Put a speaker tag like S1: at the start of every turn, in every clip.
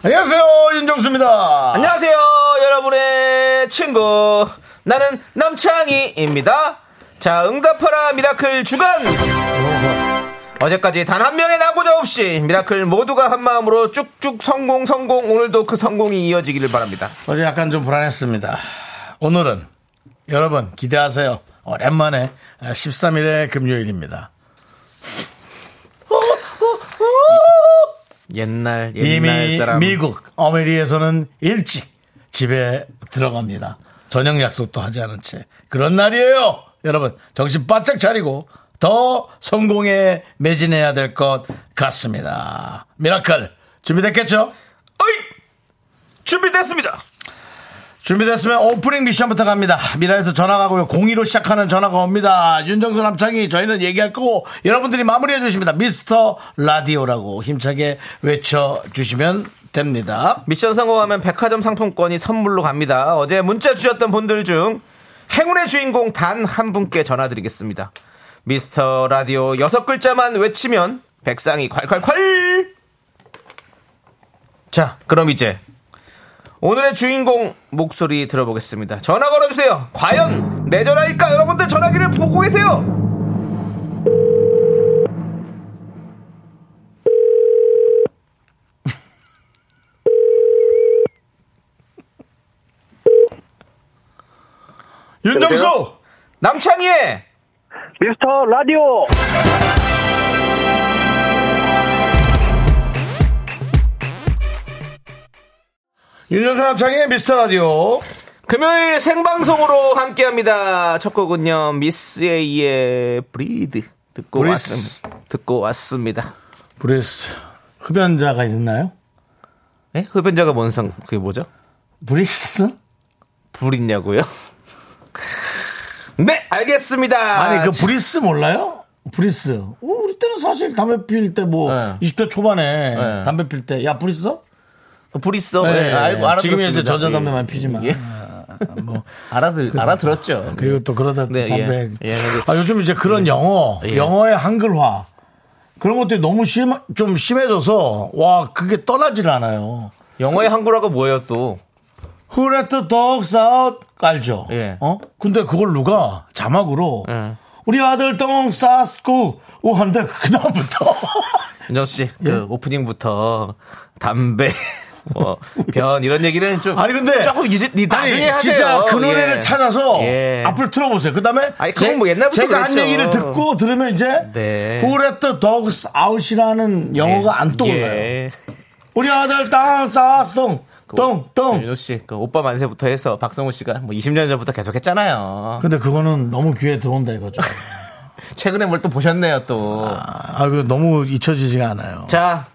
S1: 안녕하세요 윤정수입니다.
S2: 안녕하세요, 여러분의 친구. 나는 남창희입니다. 자, 응답하라 미라클 주간. 어제까지 단 한 명의 낙오자 없이 미라클 모두가 한 마음으로 쭉쭉 성공 성공 오늘도 그 성공이 이어지기를 바랍니다.
S1: 어제 약간 좀 불안했습니다. 오늘은 여러분 기대하세요. 오랜만에 13일의 금요일입니다.
S2: 옛날 옛날
S1: 이미
S2: 사람
S1: 미국 어메리에서는 일찍 집에 들어갑니다. 저녁 약속도 하지 않은 채 그런 날이에요. 여러분 정신 바짝 차리고 더 성공에 매진해야 될 것 같습니다. 미라클 준비됐겠죠?
S2: 어이! 준비됐습니다.
S1: 준비됐으면 오프닝 미션부터 갑니다. 미라에서 전화가 고요 02로 시작하는 전화가 옵니다. 윤정수 남창희 저희는 얘기할 거고 여러분들이 마무리해 주십니다. 미스터 라디오라고 힘차게 외쳐 주시면 됩니다.
S2: 미션 성공하면 백화점 상품권이 선물로 갑니다. 어제 문자 주셨던 분들 중 행운의 주인공 단 한 분께 전화드리겠습니다. 미스터 라디오 여섯 글자만 외치면 백상이 콸콸콸! 자, 그럼 이제 오늘의 주인공 목소리 들어보겠습니다. 전화 걸어주세요. 과연 내 전화일까? 여러분들 전화기를 보고 계세요.
S1: 윤정수
S2: 남창희의
S3: 미스터 라디오
S1: 윤정수 남창희의 미스터 라디오
S2: 금요일 생방송으로 함께합니다. 첫 곡은요 미스 A의 브리드 듣고
S1: 브리스.
S2: 왔습니다. 듣고 왔습니다.
S1: 브리스 흡연자가 있나요?
S2: 예? 흡연자가 뭔 상? 그게 뭐죠?
S1: 브리스?
S2: 불 있냐고요? 네, 알겠습니다.
S1: 아니 그 브리스 몰라요? 브리스 어, 우리 때는 사실 담배 필 때 뭐
S2: 네.
S1: 20대 초반에
S2: 네.
S1: 담배 필 때 야 브리스?
S2: 불 있어.
S1: 네,
S2: 예, 알고 알아들었습니다.
S1: 지금 이제 전자담배만
S2: 예.
S1: 피지만
S2: 예.
S1: 뭐
S2: 알아들 알아들었죠.
S1: 그리고 또 그러다 또
S2: 네,
S1: 담배.
S2: 예. 예, 근데-
S1: 아 요즘 이제 그런 영어,
S2: 예.
S1: 영어의 한글화 그런 것들이 너무 심, 좀 심해져서 와 그게 떠나질 않아요.
S2: 영어의 한글화가 뭐예요 또?
S1: Who let the dogs out? 알죠?
S2: 예.
S1: 어? 근데 그걸 누가 자막으로
S2: 예.
S1: 우리 아들 똥 쌌고 오 하는데 그 다음부터
S2: 윤정
S1: 예?
S2: 씨, 그 오프닝부터 담배, 뭐, 변 이런 얘기는 좀
S1: 아니 근데
S2: 조금 이제 니 나중에
S1: 아니,
S2: 하세요.
S1: 진짜 그 노래를
S2: 예.
S1: 찾아서
S2: 예.
S1: 앞을 틀어보세요. 그 다음에
S2: 아니, 그건 뭐 옛날부터
S1: 제가
S2: 그랬죠.
S1: 한 얘기를 듣고 들으면 이제
S2: 네.
S1: Who let the dogs out이라는 영어가 안 떠올라요.
S2: 예.
S1: 우리 아들 땅 싸송 똥똥
S2: 윤호 씨, 그 오빠 만세부터 해서 박성우 씨가 뭐 20년 전부터 계속했잖아요.
S1: 근데 그거는 너무 귀에 들어온다 이거죠.
S2: 최근에 뭘 또 보셨네요, 또.
S1: 아, 이거 너무 잊혀지지가 않아요.
S2: 자,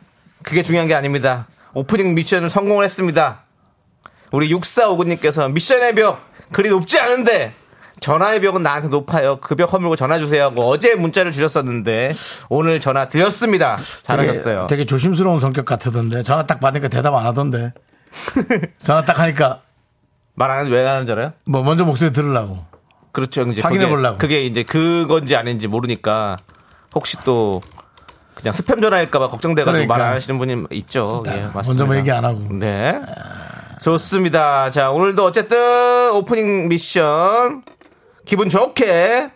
S2: 그게 중요한 게 아닙니다. 오프닝 미션을 성공을 했습니다. 우리 6459님께서 미션의 벽 그리 높지 않은데 전화의 벽은 나한테 높아요. 그 벽 허물고 전화 주세요 하고 어제 문자를 주셨었는데 오늘 전화 드렸습니다. 잘하셨어요.
S1: 되게, 되게 조심스러운 성격 같으던데 전화 딱 받으니까 대답 안 하던데 전화 딱 하니까
S2: 말 안 하는데 왜 하는 줄 알아요?
S1: 뭐 먼저 목소리 들으려고
S2: 그렇죠. 이제
S1: 확인해
S2: 그게-
S1: 보려고.
S2: 그게 이제 그건지 아닌지 모르니까 혹시 또 그냥 스팸 전화일까봐 걱정돼가지고
S1: 그러니까.
S2: 말 안 하시는 분이 있죠. 예, 맞습니다.
S1: 먼저 뭐 얘기 안 하고.
S2: 네. 좋습니다. 자, 오늘도 어쨌든 오프닝 미션 기분 좋게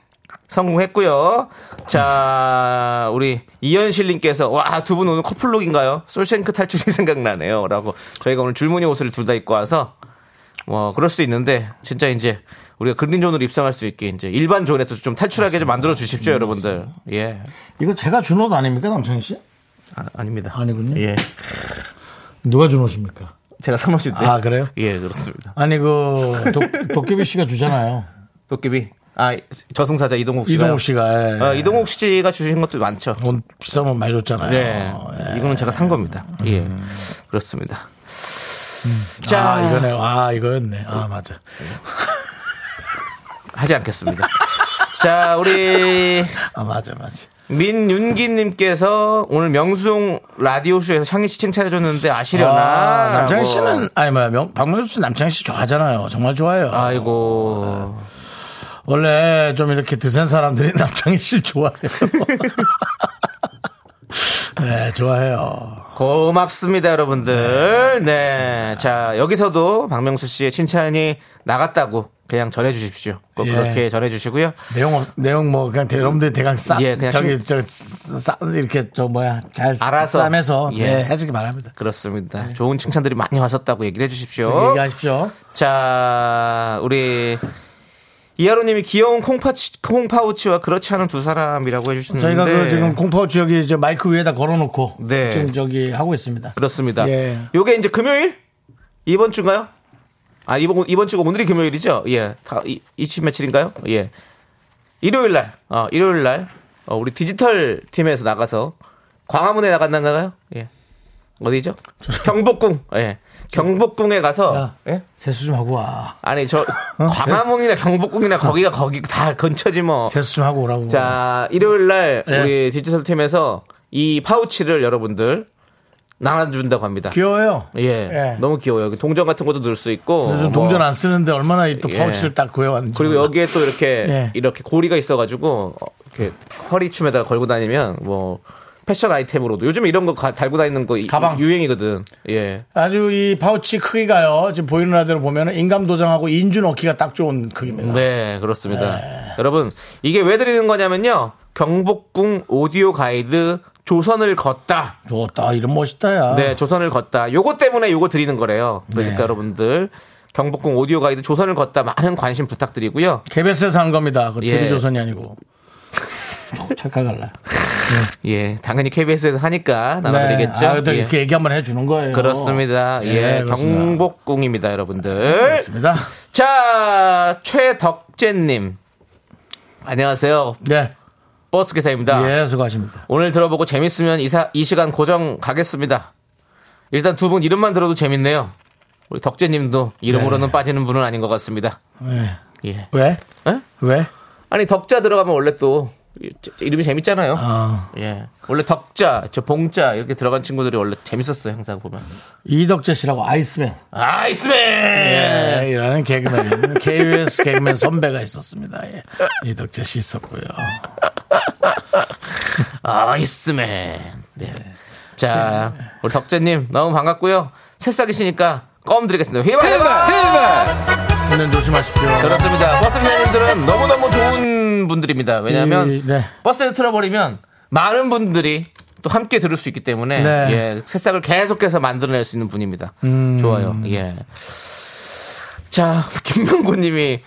S2: 성공했고요. 자, 우리 이현실님께서 와 두 분 오늘 커플룩인가요? 솔쉔크 탈출이 생각나네요.라고 저희가 오늘 줄무늬 옷을 둘 다 입고 와서 뭐 그럴 수도 있는데 진짜 이제 우리가 그린존으로 입성할 수 있게 이제 일반 존에서 좀 탈출하게 좀 만들어 주십시오, 여러분들. 예,
S1: 이거 제가 준 옷 아닙니까 남창희 씨?
S2: 아, 닙니다
S1: 아니군요.
S2: 예,
S1: 누가 준 옷입니까?
S2: 제가 사무실인데.
S1: 아, 그래요?
S2: 예, 그렇습니다.
S1: 아니 그 독, 도깨비 씨가 주잖아요.
S2: 도깨비. 아, 저승사자 이동욱 씨가.
S1: 이동욱 씨가 예.
S2: 어, 이동욱 씨가 주신 것도 많죠.
S1: 돈 비싸면 많이 줬잖아요.
S2: 네.
S1: 예.
S2: 이거는 제가 산 겁니다. 예. 그렇습니다. 자,
S1: 아, 이거네. 아, 이거였네. 아, 맞아.
S2: 하지 않겠습니다. 자, 우리
S1: 아, 맞아, 맞아.
S2: 민윤기님께서 오늘 명수홍 라디오쇼에서 창희 씨 칭찬해줬는데 아시려나?
S1: 아, 남창희
S2: 라고.
S1: 씨는, 아니, 뭐야, 명, 박명수 씨 남창희 씨 좋아하잖아요. 정말 좋아해요. 어,
S2: 아이고.
S1: 원래 좀 이렇게 드센 사람들이 남창희 씨를 좋아해요. 네, 좋아해요.
S2: 고맙습니다, 여러분들. 네. 자, 여기서도 박명수 씨의 칭찬이 나갔다고 그냥 전해주십시오. 꼭
S1: 예.
S2: 그렇게 전해주시고요.
S1: 내용, 없- 내용 뭐, 그냥 대- 여러분들이 대강 싸,
S2: 예, 그냥
S1: 저기, 저, 싸, 이렇게, 저, 뭐야, 잘
S2: 알아서.
S1: 싸매서,
S2: 예.
S1: 네, 해주기 바랍니다.
S2: 그렇습니다. 좋은 칭찬들이 많이 왔었다고 얘기를 해주십시오.
S1: 네. 얘기하십시오.
S2: 자, 우리 이하로님이 귀여운 콩파치, 콩파우치와 그렇지 않은 두 사람이라고 해주셨는데
S1: 저희가 그 지금 공포 지역에 이제 마이크 위에다 걸어놓고
S2: 음, 네.
S1: 지금 저기 하고 있습니다.
S2: 그렇습니다.
S1: 예.
S2: 요게 이제 금요일 이번 주인가요? 아 이번 이번 주가 오늘이 금요일이죠? 예, 다 이, 이십 며칠인가요? 예, 일요일 날, 어 일요일 날 어, 우리 디지털 팀에서 나가서 광화문에 나간다는가요? 예, 어디죠? 경복궁, 예, 경복궁에 가서
S1: 야.
S2: 예?
S1: 세수 좀 하고 와.
S2: 아니 저 광화문이나 경복궁이나 거기가 거기 다 근처지 뭐.
S1: 세수 좀 하고 오라고.
S2: 자, 일요일 날
S1: 예.
S2: 우리 디지털 팀에서 이 파우치를 여러분들 나눠준다고 합니다.
S1: 귀여워요.
S2: 예.
S1: 예.
S2: 너무 귀여워요. 여기 동전 같은 것도 넣을 수 있고.
S1: 요즘
S2: 뭐,
S1: 동전 안 쓰는데 얼마나 이또
S2: 예.
S1: 파우치를 딱 구해왔는지.
S2: 그리고 여기에 또 이렇게
S1: 예.
S2: 이렇게 고리가 있어가지고 어, 이렇게 허리춤에다가 걸고 다니면 뭐 패션 아이템으로도 요즘 에 이런 거 가- 달고 다니는 거 이-
S1: 가방.
S2: 유행이거든. 예.
S1: 아주 이 파우치 크기가요. 지금 보이는 라디오로 보면 인감 도장하고 인주 넣기가 딱 좋은 크기입니다.
S2: 네, 그렇습니다.
S1: 예.
S2: 여러분, 이게 왜 드리는 거냐면요. 경복궁 오디오 가이드 조선을 걷다.
S1: 좋다. 아, 이름 멋있다야.
S2: 네, 조선을 걷다. 요거 때문에 요거 드리는 거래요. 그러니까
S1: 아. 네.
S2: 여러분들 경복궁 오디오 가이드 조선을 걷다 많은 관심 부탁드리고요.
S1: KBS에서 한 겁니다. 그
S2: 예.
S1: TV조선이 아니고. 또 착각할라.
S2: 예, 당연히 KBS에서 하니까 나눠드리겠죠.
S1: 아, 그래도
S2: 예.
S1: 이렇게 얘기 한번 해주는 거예요.
S2: 그렇습니다. 예,
S1: 그렇습니다.
S2: 경복궁입니다, 여러분들.
S1: 그렇습니다.
S2: 자, 최덕재님. 안녕하세요.
S1: 네.
S2: 버스 기사입니다.
S1: 예, 수고하십니다.
S2: 오늘 들어보고 재밌으면 이, 사, 이 시간 고정 가겠습니다. 일단 두 분 이름만 들어도 재밌네요. 우리 덕재님도
S1: 네.
S2: 이름으로는 빠지는 분은 아닌 것 같습니다.
S1: 예.
S2: 예.
S1: 왜?
S2: 에?
S1: 왜?
S2: 아니 덕자 들어가면 원래 또 이- 저- 저 이름이 재밌잖아요.
S1: 아,
S2: 예. 원래 덕자, 저 봉자 이렇게 들어간 친구들이 원래 재밌었어요. 항상 보면.
S1: 이덕재 씨라고 아이스맨.
S2: 아이스맨.
S1: 예, 이라는 개그맨, KBS 개그맨 선배가 있었습니다. 예. 이덕재 씨 있었고요.
S2: 아이스맨. 네. 자, 우리 덕자님 너무 반갑고요. 새싹이시니까 껌 드리겠습니다. 휘발 휘발 휘발.
S1: 운전 조심하십시오.
S2: 그렇습니다. 버스 기사님들은 너무 너무 좋은 분들입니다. 왜냐하면
S1: 이- 네.
S2: 버스에 틀어버리면 많은 분들이 또 함께 들을 수 있기 때문에
S1: 네.
S2: 예, 새싹을 계속해서 만들어낼 수 있는 분입니다.
S1: 음.
S2: 좋아요. 예. 자, 김명구님이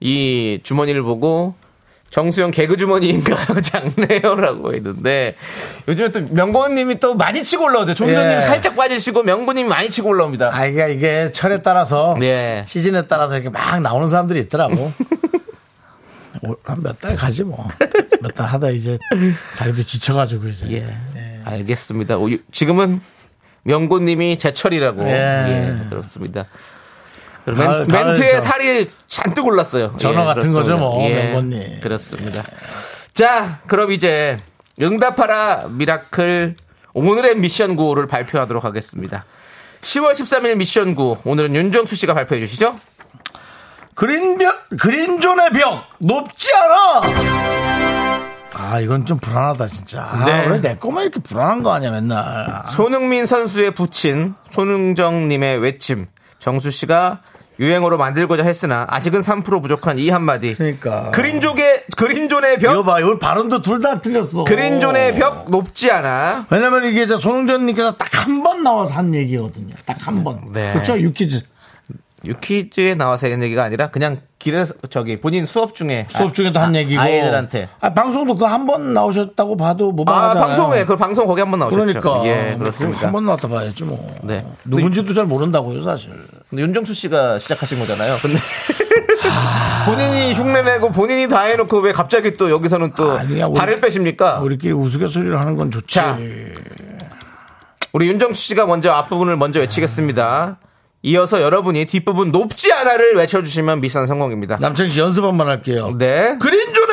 S2: 이 주머니를 보고 정수영 개그 주머니인가요? 장래요라고 했는데 요즘에 또 명구님이 또 많이 치고 올라오죠. 종현님
S1: 예.
S2: 살짝 빠지시고 명구님이 많이 치고 올라옵니다.
S1: 아, 이게, 이게 철에 따라서
S2: 예.
S1: 시즌에 따라서 이렇게 막 나오는 사람들이 있더라고. 한 몇 달 가지 뭐. 몇 달 하다 이제 자기도 지쳐가지고 이제.
S2: 예.
S1: 네.
S2: 알겠습니다. 오, 유- 지금은 명고님이 제철이라고.
S1: 예.
S2: 예. 그렇습니다.
S1: 가을,
S2: 멘, 멘트에
S1: 가을 저-
S2: 살이 잔뜩 올랐어요. 예,
S1: 전어 같은
S2: 그렇습니다. 예,
S1: 거죠, 뭐, 명고님.
S2: 그렇습니다. 자, 그럼 이제 응답하라 미라클 오늘의 미션 구호를 발표하도록 하겠습니다. 10월 13일 미션 구호. 오늘은 윤정수 씨가 발표해 주시죠.
S1: 그린벽, 그린존의 벽! 높지 않아! 아, 이건 좀 불안하다, 진짜. 아,
S2: 네.
S1: 왜내 거만 이렇게 불안한 거 아니야, 맨날.
S2: 손흥민 선수의 부친 손흥정님의 외침 정수 씨가 유행어로 만들고자 했으나 아직은 3% 부족한 이 한마디.
S1: 그러니까.
S2: 그린존의 그린존의
S1: 이거
S2: 벽
S1: 봐, 이거 발음도 둘 다 틀렸어.
S2: 그린존의 벽 높지 않아.
S1: 왜냐면 이게 이제 손흥전님께서 딱 한 번 나와서 한 얘기거든요. 딱 한 번.
S2: 네.
S1: 그렇죠, 유키즈.
S2: 유퀴즈에 나와서 한 얘기가 아니라 그냥 길에서 저기 본인 수업 중에
S1: 수업 중에도
S2: 아,
S1: 한 얘기고.
S2: 아이들한테.
S1: 아, 방송도 그 한 번 나오셨다고 봐도
S2: 아
S1: 무방하잖아요.
S2: 방송에 그 방송 거기 한번 나오셨죠.
S1: 그러니까
S2: 예 그렇습니다.
S1: 한번 나왔다 봐야지 뭐.
S2: 네.
S1: 누군지도 잘 모른다고요 사실.
S2: 근데 윤정수 씨가 시작하신 거잖아요. 근데
S1: 아.
S2: 본인이 흉내내고 본인이 다 해놓고 왜 갑자기 또 여기서는 또
S1: 아니야, 우리-
S2: 발을 빼십니까?
S1: 우리끼리 우스갯소리를 하는 건 좋지.
S2: 자. 우리 윤정수 씨가 먼저 앞부분을 먼저 외치겠습니다. 이어서 여러분이 뒷부분 높지 않아를 외쳐주시면 미션 성공입니다.
S1: 남창희 씨 연습 한번 할게요.
S2: 네.
S1: 그린존의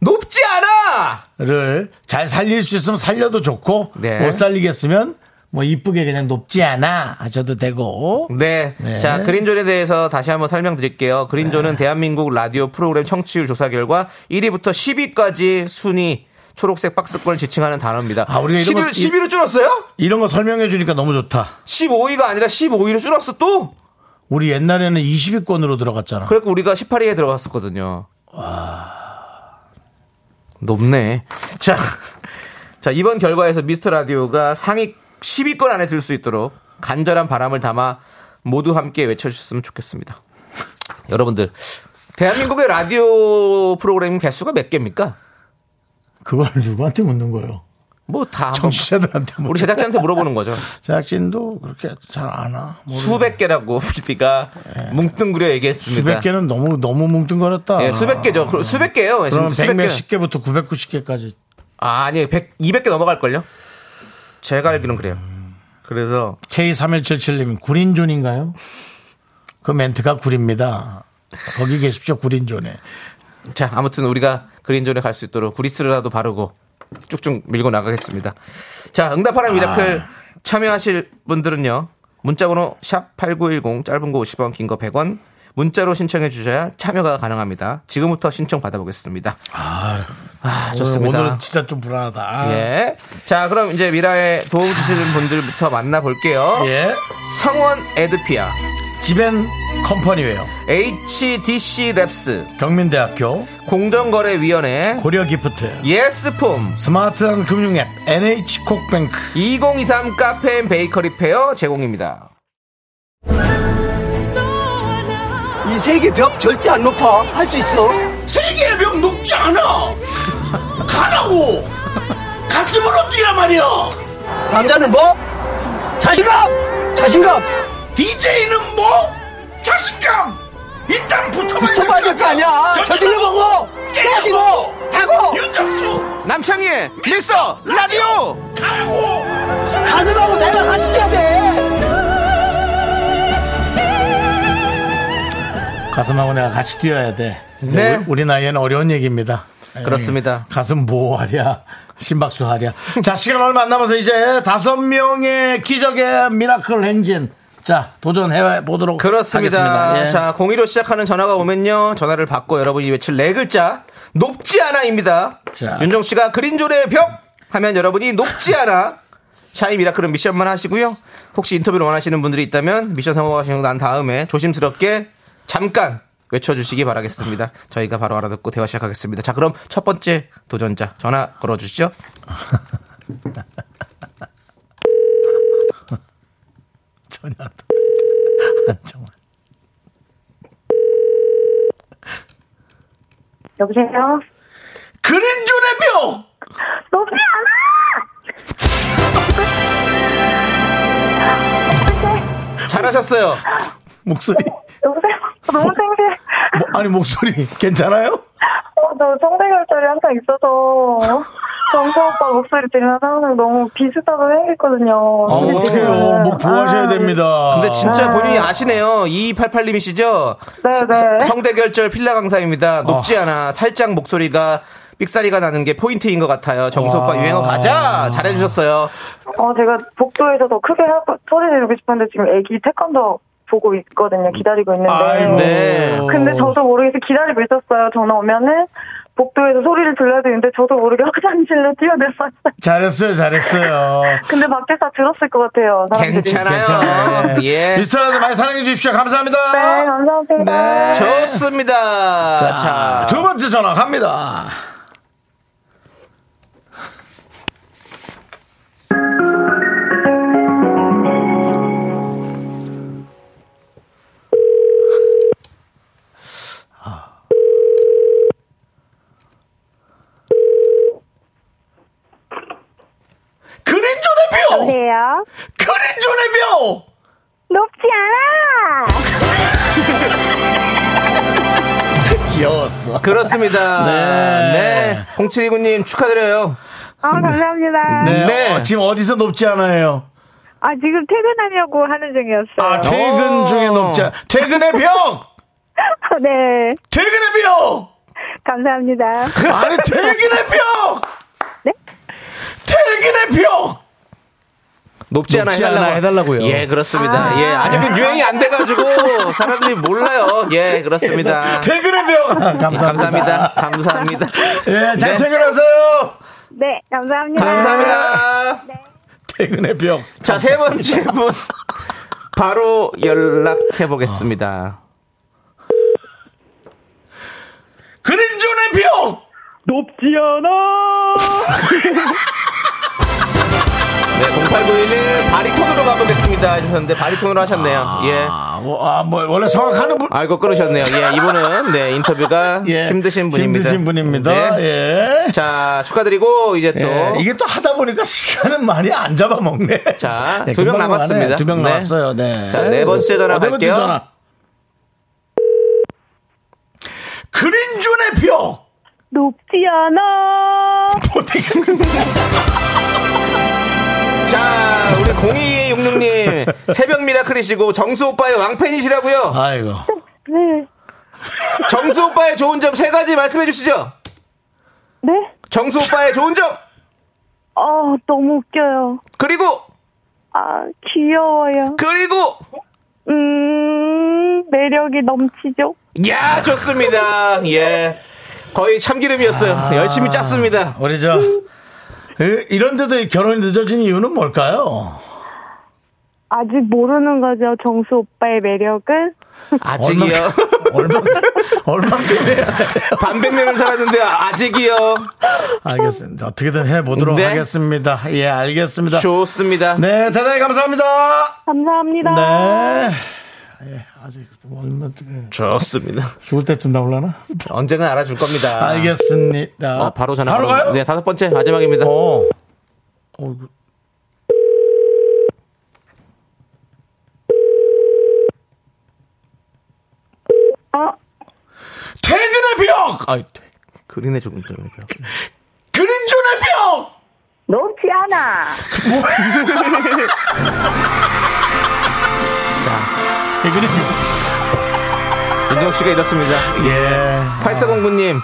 S2: 높지 않아!
S1: 벽을 잘 살릴 수 있으면 살려도 좋고
S2: 네.
S1: 못 살리겠으면 뭐 이쁘게 그냥 높지 않아 하셔도 되고
S2: 네.
S1: 네.
S2: 자, 그린존에 대해서 다시 한번 설명드릴게요. 그린존은 대한민국 라디오 프로그램 청취율 조사 결과 1위부터 10위까지 순위 초록색 박스권을 지칭하는 단어입니다.
S1: 아, 우리가 이런 거-
S2: 10위로, 10위로 줄었어요?
S1: 이런 거 설명해 주니까 너무 좋다.
S2: 15위가 아니라 15위로 줄었어 또?
S1: 우리 옛날에는 20위권으로 들어갔잖아.
S2: 그러니까 우리가 18위에 들어갔었거든요. 높네. 자, 자 이번 결과에서 미스터 라디오가 상위 10위권 안에 들 수 있도록 간절한 바람을 담아 모두 함께 외쳐주셨으면 좋겠습니다. 여러분들, 대한민국의 라디오 프로그램 개수가 몇 개입니까?
S1: 그걸 누구한테 묻는 거예요?
S2: 뭐 다
S1: 청취자들한테 묻
S2: 우리 제작자한테 물어보는 거죠.
S1: 제작진도 그렇게 잘 안 와. 모르겠네.
S2: 수백 개라고 우리가 뭉뚱그려 얘기했습니다.
S1: 예. 수백 개는 너무 너무 뭉뚱거렸다. 아.
S2: 예, 수백 개죠. 그럼 수백 개예요.
S1: 그럼
S2: 수백
S1: 100
S2: 개는.
S1: 몇십 개부터 990 개까지.
S2: 아, 아니, 100, 200개 넘어갈걸요? 제가 알기로는 그래요. 그래서,
S1: K3177님 구린존인가요? 그 멘트가 구립니다. 거기 계십시오 구린존에.
S2: 자, 아무튼 우리가 그린존에 갈 수 있도록 구리스라도 바르고 쭉쭉 밀고 나가겠습니다. 자, 응답하라
S1: 아.
S2: 미라클 참여하실 분들은요, 문자번호 샵8910, 짧은 거 50원, 긴 거 100원, 문자로 신청해 주셔야 참여가 가능합니다. 지금부터 신청 받아보겠습니다. 아, 좋습니다.
S1: 오늘은 진짜 좀 불안하다. 아.
S2: 예. 자, 그럼 이제 미라에 도움 주시는 분들부터 만나볼게요.
S1: 예.
S2: 성원 에드피아.
S1: 지벤 컴퍼니웨어,
S2: HDC 랩스
S1: 경민대학교,
S2: 공정거래위원회
S1: 고려기프트,
S2: 예스폼
S1: 스마트한 금융앱 NH콕뱅크,
S2: 2023 카페 앤 베이커리 페어 제공입니다.
S4: 이 세계 벽 절대 안 높아. 할 수 있어.
S1: 세계의 병 녹지 않아! 가라고! 가슴으로 뛰라 말이야!
S4: 남자는 뭐? 자신감! 자신감!
S1: DJ는 뭐? 자신감! 일단 붙어봐야
S4: 붙어봐야 될 거 아니야. 저질러보고! 깨지고! 하고!
S1: 윤정수!
S2: 남창희의 미스터 라디오
S1: 가라고!
S4: 가슴하고 내가 같이 뛰어야 돼!
S1: 가슴하고 내가 같이 뛰어야 돼.
S2: 네.
S1: 우리, 우리 나이에는 어려운 얘기입니다.
S2: 그렇습니다.
S1: 예. 가슴 보호하랴. 심박수 하랴. 자, 시간 얼마 안 남아서 이제 다섯 명의 기적의 미라클 행진. 자, 도전해 보도록
S2: 그렇습니다.
S1: 하겠습니다. 예.
S2: 자, 02로 시작하는 전화가 오면요. 전화를 받고 여러분이 외칠 네 글자 높지 않아입니다.
S1: 자.
S2: 윤정 씨가 그린존의 벽 하면 여러분이 높지 않아 샤이 미라클은 미션만 하시고요. 혹시 인터뷰를 원하시는 분들이 있다면 미션 성공하시고 난 다음에 조심스럽게 잠깐 외쳐주시기 바라겠습니다. 저희가 바로 알아듣고 대화 시작하겠습니다. 자, 그럼 첫 번째 도전자 전화 걸어주시죠.
S1: 전혀 안 안정환.
S5: 여보세요?
S1: 그린존의 벽!
S5: 높지 않아!
S2: 잘하셨어요.
S1: 목소리.
S5: 여보세요? 너무 창피해.
S1: 뭐, 아니, 목소리 괜찮아요?
S5: 어, 나 성대결절이 항상 있어서 정수 오빠 목소리 들으면 항상 너무 비슷하다고 생각했거든요.
S1: 아,
S2: 네.
S1: 어떡해요. 목 보호하셔야
S5: 아,
S1: 됩니다.
S2: 근데 진짜 본인이 아시네요. 2288님이시죠?
S5: 네, 네.
S2: 성대결절 필라 강사입니다. 높지 않아. 살짝 목소리가 삑사리가 나는 게 포인트인 것 같아요. 정수 오빠 유행어 가자! 잘해주셨어요.
S5: 어, 제가 복도에서 더 크게 하고, 소리 지르고 싶었는데 지금 애기 태권도 보고 있거든요. 기다리고 있는데.
S1: 아이고.
S2: 네.
S5: 근데 저도 모르겠어 기다리고 있었어요. 전화 오면은 복도에서 소리를 들려야 되는데 저도 모르게 화장실로 뛰어냈어요.
S1: 잘했어요,
S2: 네.
S1: 잘했어요.
S5: 근데 밖에서 다 들었을 것 같아요. 사람들이.
S2: 괜찮아요. 예.
S1: 미스터라도 많이 사랑해 주십시오. 감사합니다.
S5: 네, 감사합니다.
S2: 좋습니다. 자,
S1: 자, 두 번째 전화 갑니다. 그린존의
S6: 네.
S1: 벽!
S5: 여보세요?
S1: 그린존의 벽!
S5: 높지 않아!
S1: 귀여웠어.
S2: 그렇습니다.
S1: 네.
S2: 네. 072구님 축하드려요.
S5: 어, 감사합니다.
S1: 네.
S2: 네.
S1: 어, 지금 어디서 높지 않아요?
S5: 아, 지금 퇴근하려고 하는 중이었어요.
S1: 아, 퇴근 중에 높지. 않- 퇴근의 벽!
S5: 네.
S1: 퇴근의 벽!
S5: 감사합니다.
S1: 아니, 퇴근의 벽!
S5: 네?
S1: 퇴근의 벽!
S2: 높지 않아
S1: 높지 않아
S2: 해달라고.
S1: 해달라고요.
S2: 예, 그렇습니다. 예, 아직은 유행이 안 돼가지고 사람들이 몰라요. 예, 그렇습니다.
S1: 퇴근의 벽! 아,
S2: 예,
S1: 감사합니다.
S2: 감사합니다. 감사합니다.
S1: 예, 잘
S2: 네.
S1: 퇴근하세요!
S5: 네, 감사합니다.
S2: 감사합니다.
S1: 퇴근의 벽.
S2: 자, 세 번째 분. 바로 연락해 보겠습니다.
S1: 그린존의 벽!
S7: 높지 않아
S2: 네, 0891 바리톤으로 가보겠습니다. 해주셨는데, 바리톤으로 하셨네요. 예.
S1: 아, 뭐, 아, 뭐, 원래 성악하는 분.
S2: 아이고, 끊으셨네요. 예, 이분은, 네, 인터뷰가
S1: 예.
S2: 힘드신 분입니다.
S1: 힘드신 분입니다.
S2: 네.
S1: 예.
S2: 자, 축하드리고, 이제 또.
S1: 예, 이게 또 하다 보니까 시간은 많이 안 잡아먹네.
S2: 자,
S1: 네,
S2: 두 명
S1: 금방 가네.
S2: 남았습니다.
S1: 두명
S2: 네.
S1: 남았어요. 네.
S2: 자, 네 번째 전화
S1: 어, 네 번째
S2: 갈게요.
S1: 전화. 그린존의 벽!
S5: 높지 않아.
S2: 자, 우리 0266님. 새벽 미라클이시고, 정수 오빠의 왕팬이시라고요
S1: 아이고.
S5: 네.
S2: 정수 오빠의 좋은 점 세 가지 말씀해 주시죠.
S5: 네?
S2: 정수 오빠의 좋은 점!
S5: 어, 너무 웃겨요.
S2: 그리고,
S5: 아, 귀여워요.
S2: 그리고,
S5: 음, 매력이 넘치죠?
S2: 야 좋습니다. 예. 거의 참기름이었어요.
S1: 아.
S2: 열심히 짰습니다.
S1: 우리 저, 이- 이런 데도 이 결혼이 늦어진 이유는 뭘까요?
S5: 아직 모르는 거죠, 정수 오빠의 매력은?
S2: 아직이요.
S1: 얼마큼, 얼마큼 해야 해요?
S2: 반백년을 살았는데 아직이요.
S1: 알겠습니다. 어떻게든 해보도록
S2: 네.
S1: 하겠습니다. 예, 알겠습니다.
S2: 좋습니다.
S1: 네, 대단히 감사합니다.
S5: 감사합니다.
S1: 네. 예, 아직 얼마
S2: 좋습니다.
S1: 죽을 때쯤 나올라나?
S2: 언젠가 알아줄 겁니다.
S1: 알겠습니다.
S2: 어, 바로 전화.
S1: 바로 가요?
S2: 네, 다섯 번째 마지막입니다.
S1: 어. 어, 이거.
S5: 어,
S1: 퇴근의 벽!
S2: 아, 그린의 조금 더.
S1: 그린존의 벽!
S5: 높지 않아.
S1: 퇴근의 벽.
S2: 윤정 씨가 이렇습니다.
S1: 예.
S2: 8409님.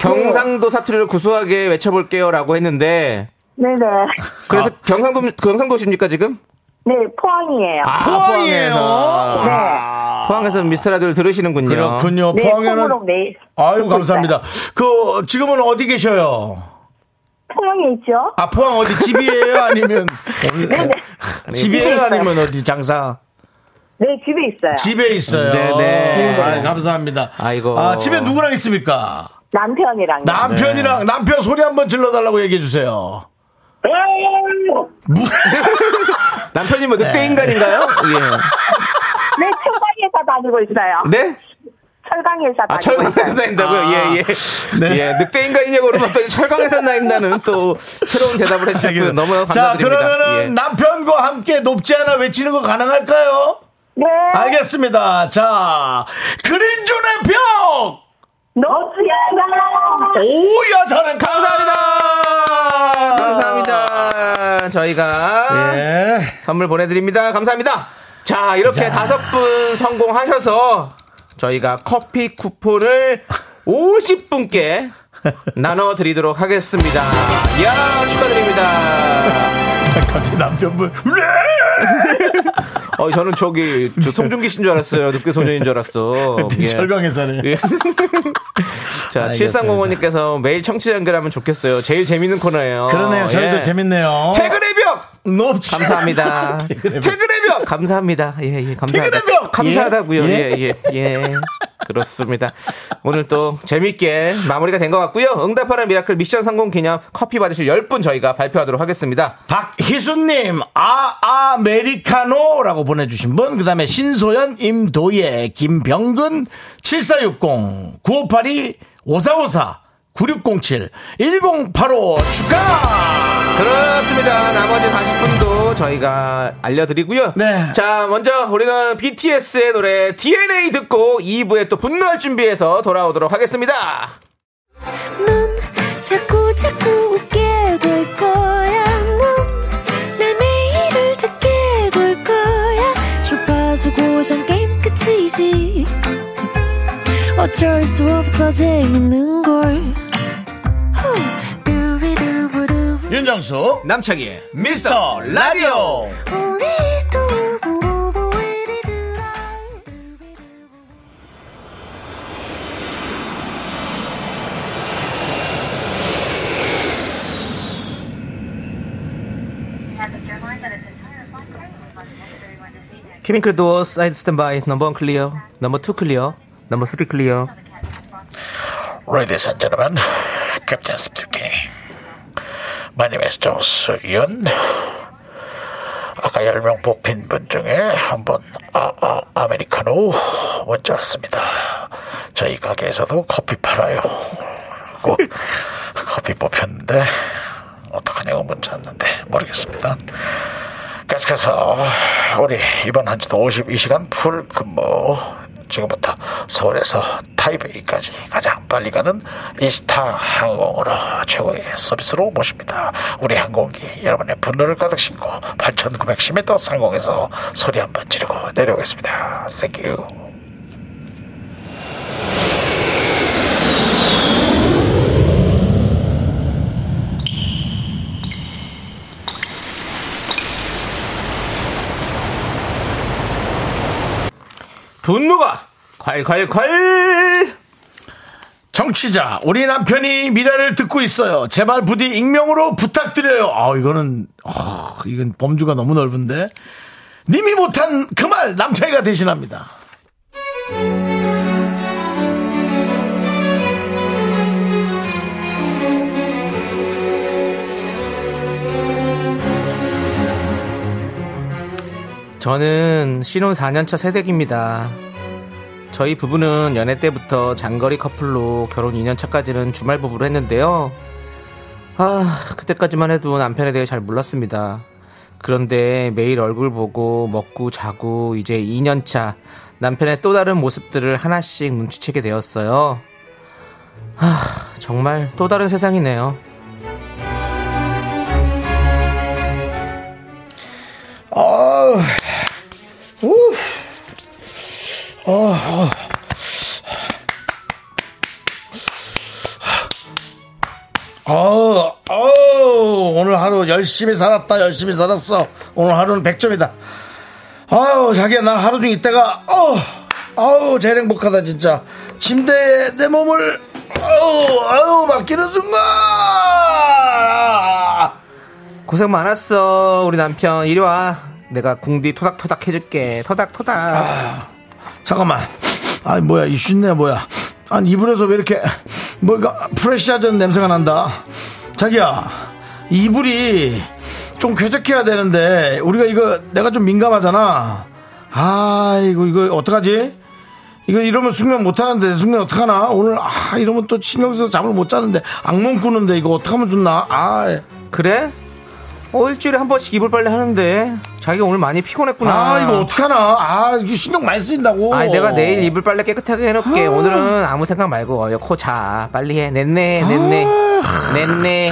S2: 경상도 사투리를 구수하게 외쳐볼게요라고 했는데
S5: 네네.
S2: 그래서 경상도 경상도십니까 지금?
S5: 네, 포항이에요.
S2: 아,
S1: 포항이에요.
S2: 포항에서
S1: 아,
S2: 포항에서 미스터 라디오를 들으시는군요.
S1: 그렇군요.
S5: 네, 콩으로
S1: 포항에는.
S5: 매일.
S1: 아유, 감사합니다. 그, 지금은 어디 계셔요?
S5: 포항에 있죠?
S1: 아, 포항 어디 집이에요? 아니면. 네, 집이에요? 아니면 어디 장사?
S5: 네, 집에 있어요.
S1: 집에 있어요.
S2: 네네.
S1: 아, 감사합니다.
S2: 아이고.
S1: 아, 집에 누구랑 있습니까?
S5: 남편이랑요.
S1: 남편이랑
S2: 네.
S1: 남편 소리 한번 질러달라고 얘기해 주세요.
S5: 네.
S2: 남편이 뭐
S1: 네.
S2: 늑대 인간인가요? 예.
S5: 네, 철강회사 다니고 있어요.
S2: 네?
S5: 철강회사
S2: 아,
S5: 다니고
S2: 철강회사
S5: 있어요.
S2: 다닌다고요? 예, 예.
S1: 네.
S2: 예, 늑대 인간이냐고 물어봤더니 철강회사 다닌다는 또 새로운 대답을 해주셨고요. 너무
S1: 자,
S2: 감사드립니다.
S1: 그러면은
S2: 예.
S1: 남편과 함께 높지 않아 외치는 거 가능할까요?
S5: 네.
S1: 알겠습니다. 자, 그린존의 벽!
S5: 노지아가
S1: 오, 여사는 감사합니다!
S2: 감사합니다. 저희가
S1: 예.
S2: 선물 보내드립니다. 감사합니다. 자, 이렇게 다섯 분 성공하셔서 저희가 커피 쿠폰을 50분께 나눠드리도록 하겠습니다. 이야, 축하드립니다.
S1: 갑자기 남편분, 네!
S2: 어, 저는 저기, 저 송중기 씨인 줄 알았어요. 늑대 소년인 줄 알았어. 예.
S1: 철강회사네.
S2: 예. 자, 7305님께서 매일 청취자 연결하면 좋겠어요. 제일 재밌는 코너예요.
S1: 그러네요. 저희도
S2: 예.
S1: 재밌네요.
S2: 퇴근의 벽!
S1: 높지
S2: 감사합니다.
S1: 퇴근의 벽.
S2: 퇴근의 벽! 감사합니다. 예, 예, 감사합니다.
S1: 퇴근의 벽!
S2: 감사하다고요.
S1: 예,
S2: 예, 예, 예. 그렇습니다. 오늘 또 재밌게 마무리가 된 것 같고요. 응답하라 미라클 미션 성공 기념 커피 받으실 10분 저희가 발표하도록 하겠습니다.
S1: 박희수님, 아, 아메리카노라고 보내주신 분, 그 다음에 신소연, 임도예, 김병근, 7460, 9582, 5454, 9607, 1085 축하!
S2: 그렇습니다. 나머지 40분도 저희가 알려드리고요.
S1: 네.
S2: 자, 먼저 우리는 BTS의 노래 DNA 듣고 2부에 또 분노할 준비해서 돌아오도록 하겠습니다.
S6: 넌 자꾸 자꾸 웃게 될 거야. 넌내 매일을 듣게 어쩔 수 없어 재밌는 걸
S1: 윤정수
S2: 남창희의
S1: 미스터 라디오
S2: 케빈 크레도어 사이드 스탠바이 넘버 1 클리어 넘버 2 클리어 넘버 3 클리어
S8: Ladies and gentlemen, Captain Speaking. My name is 정수윤. 아까 10명 뽑힌 분 중에 한 분, 아, 아, 아메리카노 먼저 왔습니다. 저희 가게에서도 커피 팔아요. 고 커피 뽑혔는데, 어떡하냐고 문자 왔는데, 모르겠습니다. 계속해서 우리 이번 한 주도 52시간 풀 근무 지금부터 서울에서 타이베이까지 가장 빨리 가는 이스타 항공으로 최고의 서비스로 모십니다. 우리 항공기 여러분의 분노를 가득 싣고 8,910m 상공에서 소리 한번 지르고 내려오겠습니다. 땡큐.
S2: 분노가 콸콸콸
S1: 정취자 우리 남편이 미라를 듣고 있어요 제발 부디 익명으로 부탁드려요 아 이거는 아, 이건 범주가 너무 넓은데 님이 못한 그 말 남자애가 대신합니다
S2: 저는 신혼 4년차 새댁입니다. 저희 부부는 연애 때부터 장거리 커플로 결혼 2년차까지는 주말 부부로 했는데요. 아, 그때까지만 해도 남편에 대해 잘 몰랐습니다. 그런데 매일 얼굴 보고 먹고 자고 이제 2년차 남편의 또 다른 모습들을 하나씩 눈치채게 되었어요. 아, 정말 또 다른 세상이네요.
S1: 아, 우, 아, 아, 아, 오늘 하루 열심히 살았다, 열심히 살았어. 오늘 하루는 100점이다. 아유, 자기야, 난 하루 중 이때가, 어, 아우, 제일 행복하다, 진짜. 침대에 내 몸을, 아우, 아우, 맡기는 순간! 아,
S2: 고생 많았어 우리 남편 이리 와 내가 궁디 토닥토닥 해줄게 토닥토닥
S1: 아. 잠깐만. 아 뭐야 이 쉰내 뭐야. 아니 이불에서 왜 이렇게 뭔가 프레시하던 냄새가 난다. 자기야 이 이불이 좀 쾌적해야 되는데 우리가 이거 내가 좀 민감하잖아. 아 이거 이거 어떡하지? 이거 이러면 숙면 못하는데 숙면 어떡하나? 오늘 아 이러면 또 신경 써서 잠을 못 자는데 악몽 꾸는데 이거 어떡하면 좋나? 아
S2: 그래? 어 일주일에 한 번씩 이불 빨래 하는데 자기가 오늘 많이 피곤했구나
S1: 아, 이거 어떡하나? 아, 이게 신경 많이 쓰인다고.
S2: 아니, 내가 내일 이불 빨래 깨끗하게 해놓을게 오늘은 아무 생각 말고 어, 코자 빨리 해 냈네 냈네 냈네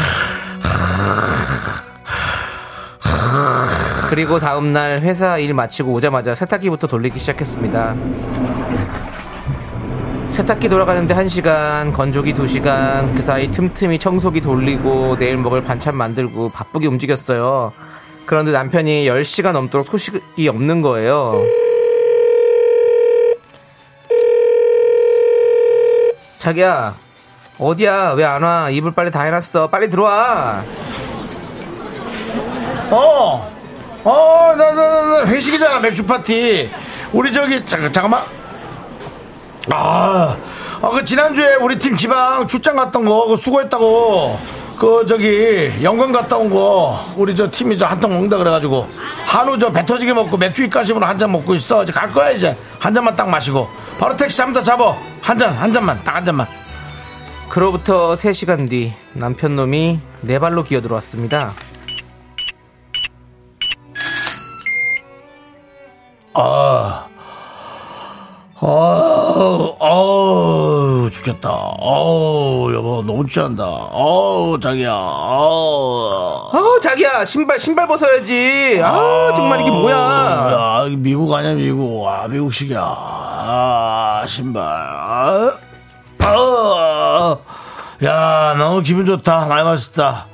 S2: 그리고 다음날 회사 일 마치고 오자마자 세탁기부터 돌리기 시작했습니다 세탁기 돌아가는데 1시간, 건조기 2시간, 그 사이 틈틈이 청소기 돌리고 내일 먹을 반찬 만들고 바쁘게 움직였어요. 그런데 남편이 10시간 넘도록 소식이 없는 거예요. 자기야, 어디야? 왜 안 와? 이불 빨리 다 해놨어. 빨리 들어와!
S1: 어, 어, 나, 나, 나, 나 회식이잖아 맥주 파티. 우리 저기 잠깐 잠깐만. 아, 아, 그 지난주에 우리 팀 지방 출장 갔던 거, 그 수고했다고. 그 저기 영광 갔다 온 거 우리 저 팀이 저 한탕 먹는다 그래가지고 한우 저 배 터지게 먹고 맥주 입가심으로 한 잔 먹고 있어 이제 갈 거야 이제 한 잔만 딱 마시고 바로 택시 잡다 잡어 한 잔 한 잔만 딱 한 잔만
S2: 그로부터 3시간 뒤 남편 놈이 네 발로 기어 들어왔습니다.
S1: 아, 아, 아, 죽겠다. 아, 여보, 너무 취한다. 아, 자기야. 아,
S2: 어 자기야 신발 신발 벗어야지 아 정말 이게 뭐야
S1: 야, 이게 미국 아니야, 미국. 아, 미국식이야. 아, 신발. 아, 아, 야, 너무 기분 좋다. 많이 마셨다.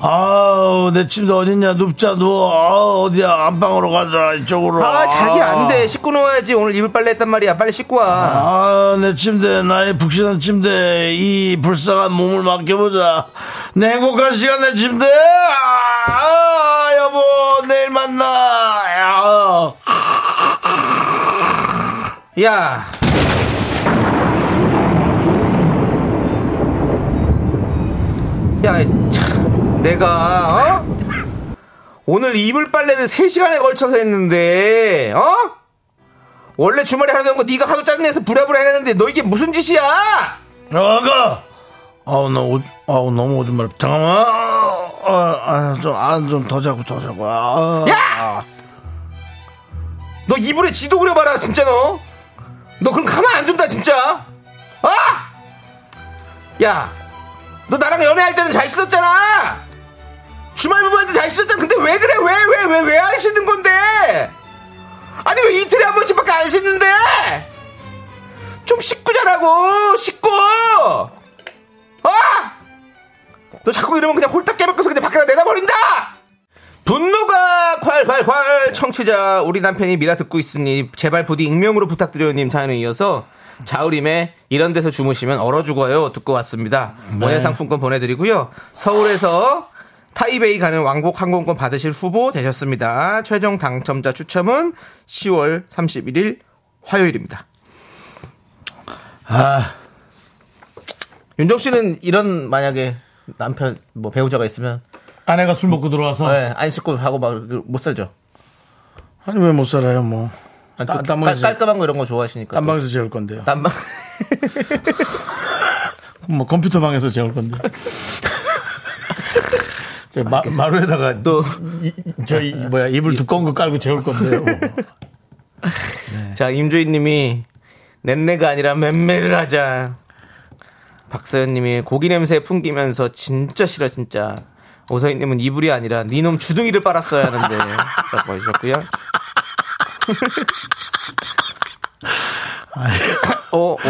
S1: 아우, 내 침대 어딨냐? 눕자, 누워. 아우, 어디야? 안방으로 가자. 이쪽으로.
S2: 아, 자기 안 돼. 씻고 놓아야지. 오늘 이불 빨래 했단 말이야. 빨리 씻고 와.
S1: 아, 내 침대, 나의 북신한 침대, 이 불쌍한 몸을 맡겨보자. 내 행복한 시간 내 침대! 아, 여보, 내일 만나! 야.
S2: 야. 야, 이 참, 내가, 어? 오늘 이불 빨래를 3시간에 걸쳐서 했는데, 어? 원래 주말에 하려던 거 네가 하도 짜증내서 부랴부랴 했는데 너 이게 무슨 짓이야?
S1: 아가! 아우, 나 오, 아우, 너무 오줌 마렵. 잠깐만. 아, 아, 아, 좀, 아, 좀 더 자고, 더 자고. 아,
S2: 야! 너 이불에 지도 그려봐라, 진짜 너. 너 그럼 가만 안 둔다, 진짜. 아! 야, 너 나랑 연애할 때는 잘 씻었잖아! 주말 부부할 때 잘 씻었잖아! 근데 왜 그래? 왜, 왜, 왜, 왜 안 씻는 건데? 아니, 왜 이틀에 한 번씩 밖에 안 씻는데? 좀 씻고 자라고! 씻고! 아! 너 자꾸 이러면 그냥 홀딱 깨먹고서 그냥 밖에다 내다버린다! 분노가 콸콸콸 청취자 우리 남편이 미라 듣고 있으니 제발 부디 익명으로 부탁드려요님 사연에 이어서 자우림의 이런 데서 주무시면 얼어 죽어요 듣고 왔습니다 모해 상품권 보내드리고요 서울에서 타이베이 가는 왕복 항공권 받으실 후보 되셨습니다 최종 당첨자 추첨은 10월 31일 화요일입니다
S1: 아,
S2: 윤정 씨는 이런 만약에 남편 뭐 배우자가 있으면
S1: 아내가 술 먹고 들어와서.
S2: 네, 안 씻고 하고 막 못 살죠
S1: 아니, 왜 못 살아요, 뭐.
S2: 아니,
S1: 딴-
S2: 또
S1: 딴 방에서-
S2: 깔, 끔한거 이런 거 좋아하시니까 또.
S1: 딴방에서 재울 건데요.
S2: 딴방
S1: 뭐, 컴퓨터 방에서 재울 건데. 저 마, 마루에다가
S2: 또
S1: 저 이, 뭐야 이불 두꺼운 거 깔고 재울 건데요. 네.
S2: 자, 임주인님이 냄새가 아니라 맴매를 하자. 박서연님이 고기 냄새 풍기면서 진짜 싫어 진짜. 오서희님은 이불이 아니라 니놈 주둥이를 빨았어야 하는데라고 하셨고요. 어,
S1: 아니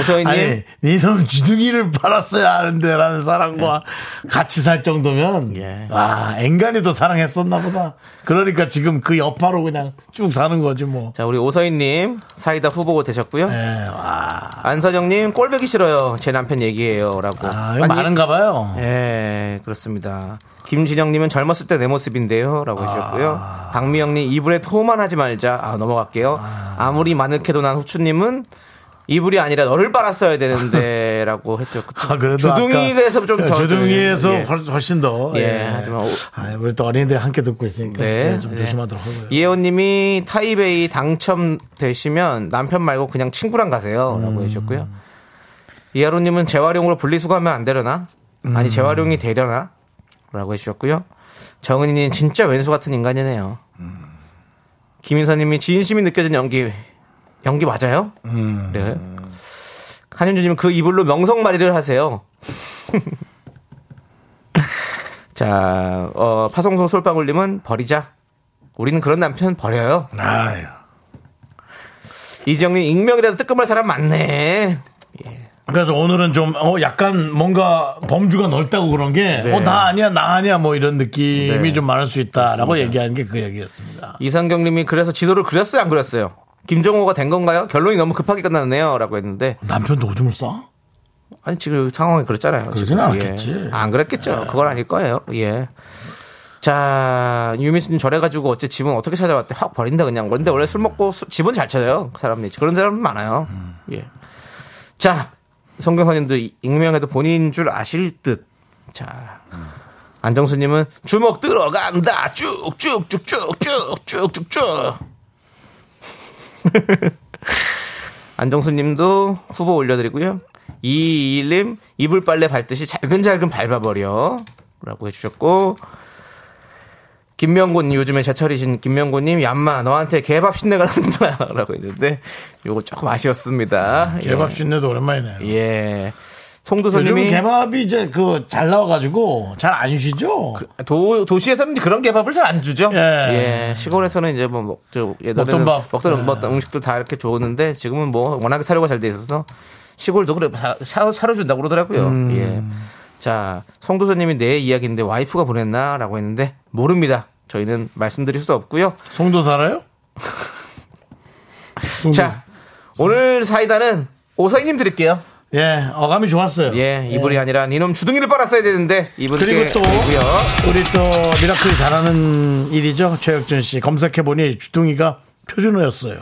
S2: 오서희님.
S1: 니놈 주둥이를 팔았어야 하는데라는 사람과 같이 살 정도면
S2: 네. 예.
S1: 와 앵간히도 사랑했었나 보다. 그러니까 지금 그 여파로 그냥 쭉 사는 거지 뭐.
S2: 자, 우리 오서희님 사이다 후보 되셨고요.
S1: 예, 와.
S2: 안서정님 꼴배기 싫어요. 제 남편 얘기예요라고.
S1: 아, 이거 많은가 봐요.
S2: 예, 그렇습니다. 김진영님은 젊었을 때 내 모습인데요라고
S1: 아.
S2: 해주셨고요. 박미영님 이불에 토만 하지 말자. 아, 넘어갈게요. 아... 무리 많을게도 난 후추님은 이불이 아니라 너를 빨았어야 되는데라고 했죠.
S1: 아, 그래도
S2: 주둥이에서
S1: 아까
S2: 좀더
S1: 주둥이에서
S2: 예.
S1: 훨- 훨씬 더
S2: 예, 하지만 오-
S1: 아, 우리 또 어린이들 이 함께 듣고 있으니까
S2: 네,
S1: 예, 좀
S2: 네.
S1: 조심하도록 하고요.
S2: 이혜원님이 타이베이 당첨되시면 남편 말고 그냥 친구랑
S1: 음.
S2: 가세요라고 해주셨고요. 이하로님은 재활용으로 분리수거하면 안 되려나?
S1: 음.
S2: 아니 재활용이 되려나?라고 해주셨고요. 정은이님 진짜 왼수 같은 인간이네요.
S1: 음.
S2: 김인서님이 진심이 느껴진 연기 연기 맞아요?
S1: 음.
S2: 네. 한윤주님 그 이불로 명성마리를 하세요. 자, 어, 파송송 솔방울님은 버리자. 우리는 그런 남편 버려요.
S1: 아유.
S2: 이지영님 익명이라도 뜨끔할 사람 많네.
S1: 그래서 오늘은 좀, 어, 약간 뭔가 범주가 넓다고 그런 게,
S2: 네.
S1: 어, 나 아니야, 나 아니야, 뭐 이런 느낌이
S2: 네.
S1: 좀 많을 수 있다라고 얘기하는 게 그 얘기였습니다.
S2: 이상경님이 그래서 지도를 그렸어요, 안 그렸어요? 김종호가 된 건가요? 결론이 너무 급하게 끝났네요.라고 했는데
S1: 남편도 오줌을 싸?
S2: 아니 지금 상황이 그렇잖아요.
S1: 그러진
S2: 지금.
S1: 않았겠지.
S2: 예. 안 그랬겠죠. 그건 아닐 거예요. 예. 자 유민수님 저래가지고 어째 집은 어떻게 찾아왔대? 확 버린다 그냥. 그런데 원래 술 먹고 수- 집은 잘 찾아요. 그 사람이 그런 사람은 많아요.
S1: 음.
S2: 예. 자 성경사님도 이- 익명해도 본인 줄 아실 듯. 자 안정수님은 주먹 들어간다. 쭉쭉쭉쭉쭉쭉쭉쭉. 안정수님도 후보 올려드리고요. 이일님 이불 빨래 밟듯이 잘근잘근 밟아버려라고 해주셨고 김명곤 요즘에 제철이신 김명곤님 얌마 너한테 개밥 신내가 난다라고 했는데 요거 조금 아쉬웠습니다.
S1: 개밥
S2: 예.
S1: 신내도 오랜만이네요.
S2: 예.
S1: 요즘
S2: 송도선님이
S1: 개밥이 이제 그 잘 나와가지고 잘 안 쉬죠?
S2: 그 도, 도시에서는 이제 그런 개밥을 잘 안 주죠.
S1: 예.
S2: 예, 시골에서는 이제 뭐 먹, 저,
S1: 먹던
S2: 예전에는
S1: 밥.
S2: 먹던,
S1: 예.
S2: 먹던 음식도 다 이렇게 좋은데 지금은 뭐 워낙에 사료가 뭐 잘 돼 있어서 시골도 그래 사- 사- 사려준다고 그러더라고요.
S1: 음.
S2: 예. 자, 송도선님이 내 이야기인데 와이프가 보냈나라고 했는데 모릅니다. 저희는 말씀드릴 수 없고요.
S1: 송도 살아요?
S2: 자,
S1: 음.
S2: 오늘 사이다는 오사이님 드릴게요.
S1: 예, 어감이 좋았어요.
S2: 예, 이불이 아니라 이놈 주둥이를 빨았어야 되는데 이분께
S1: 그리고 또
S2: 드리고요.
S1: 우리 또 미라클 잘하는 일이죠 최혁준 씨 검색해 보니 주둥이가 표준어였어요.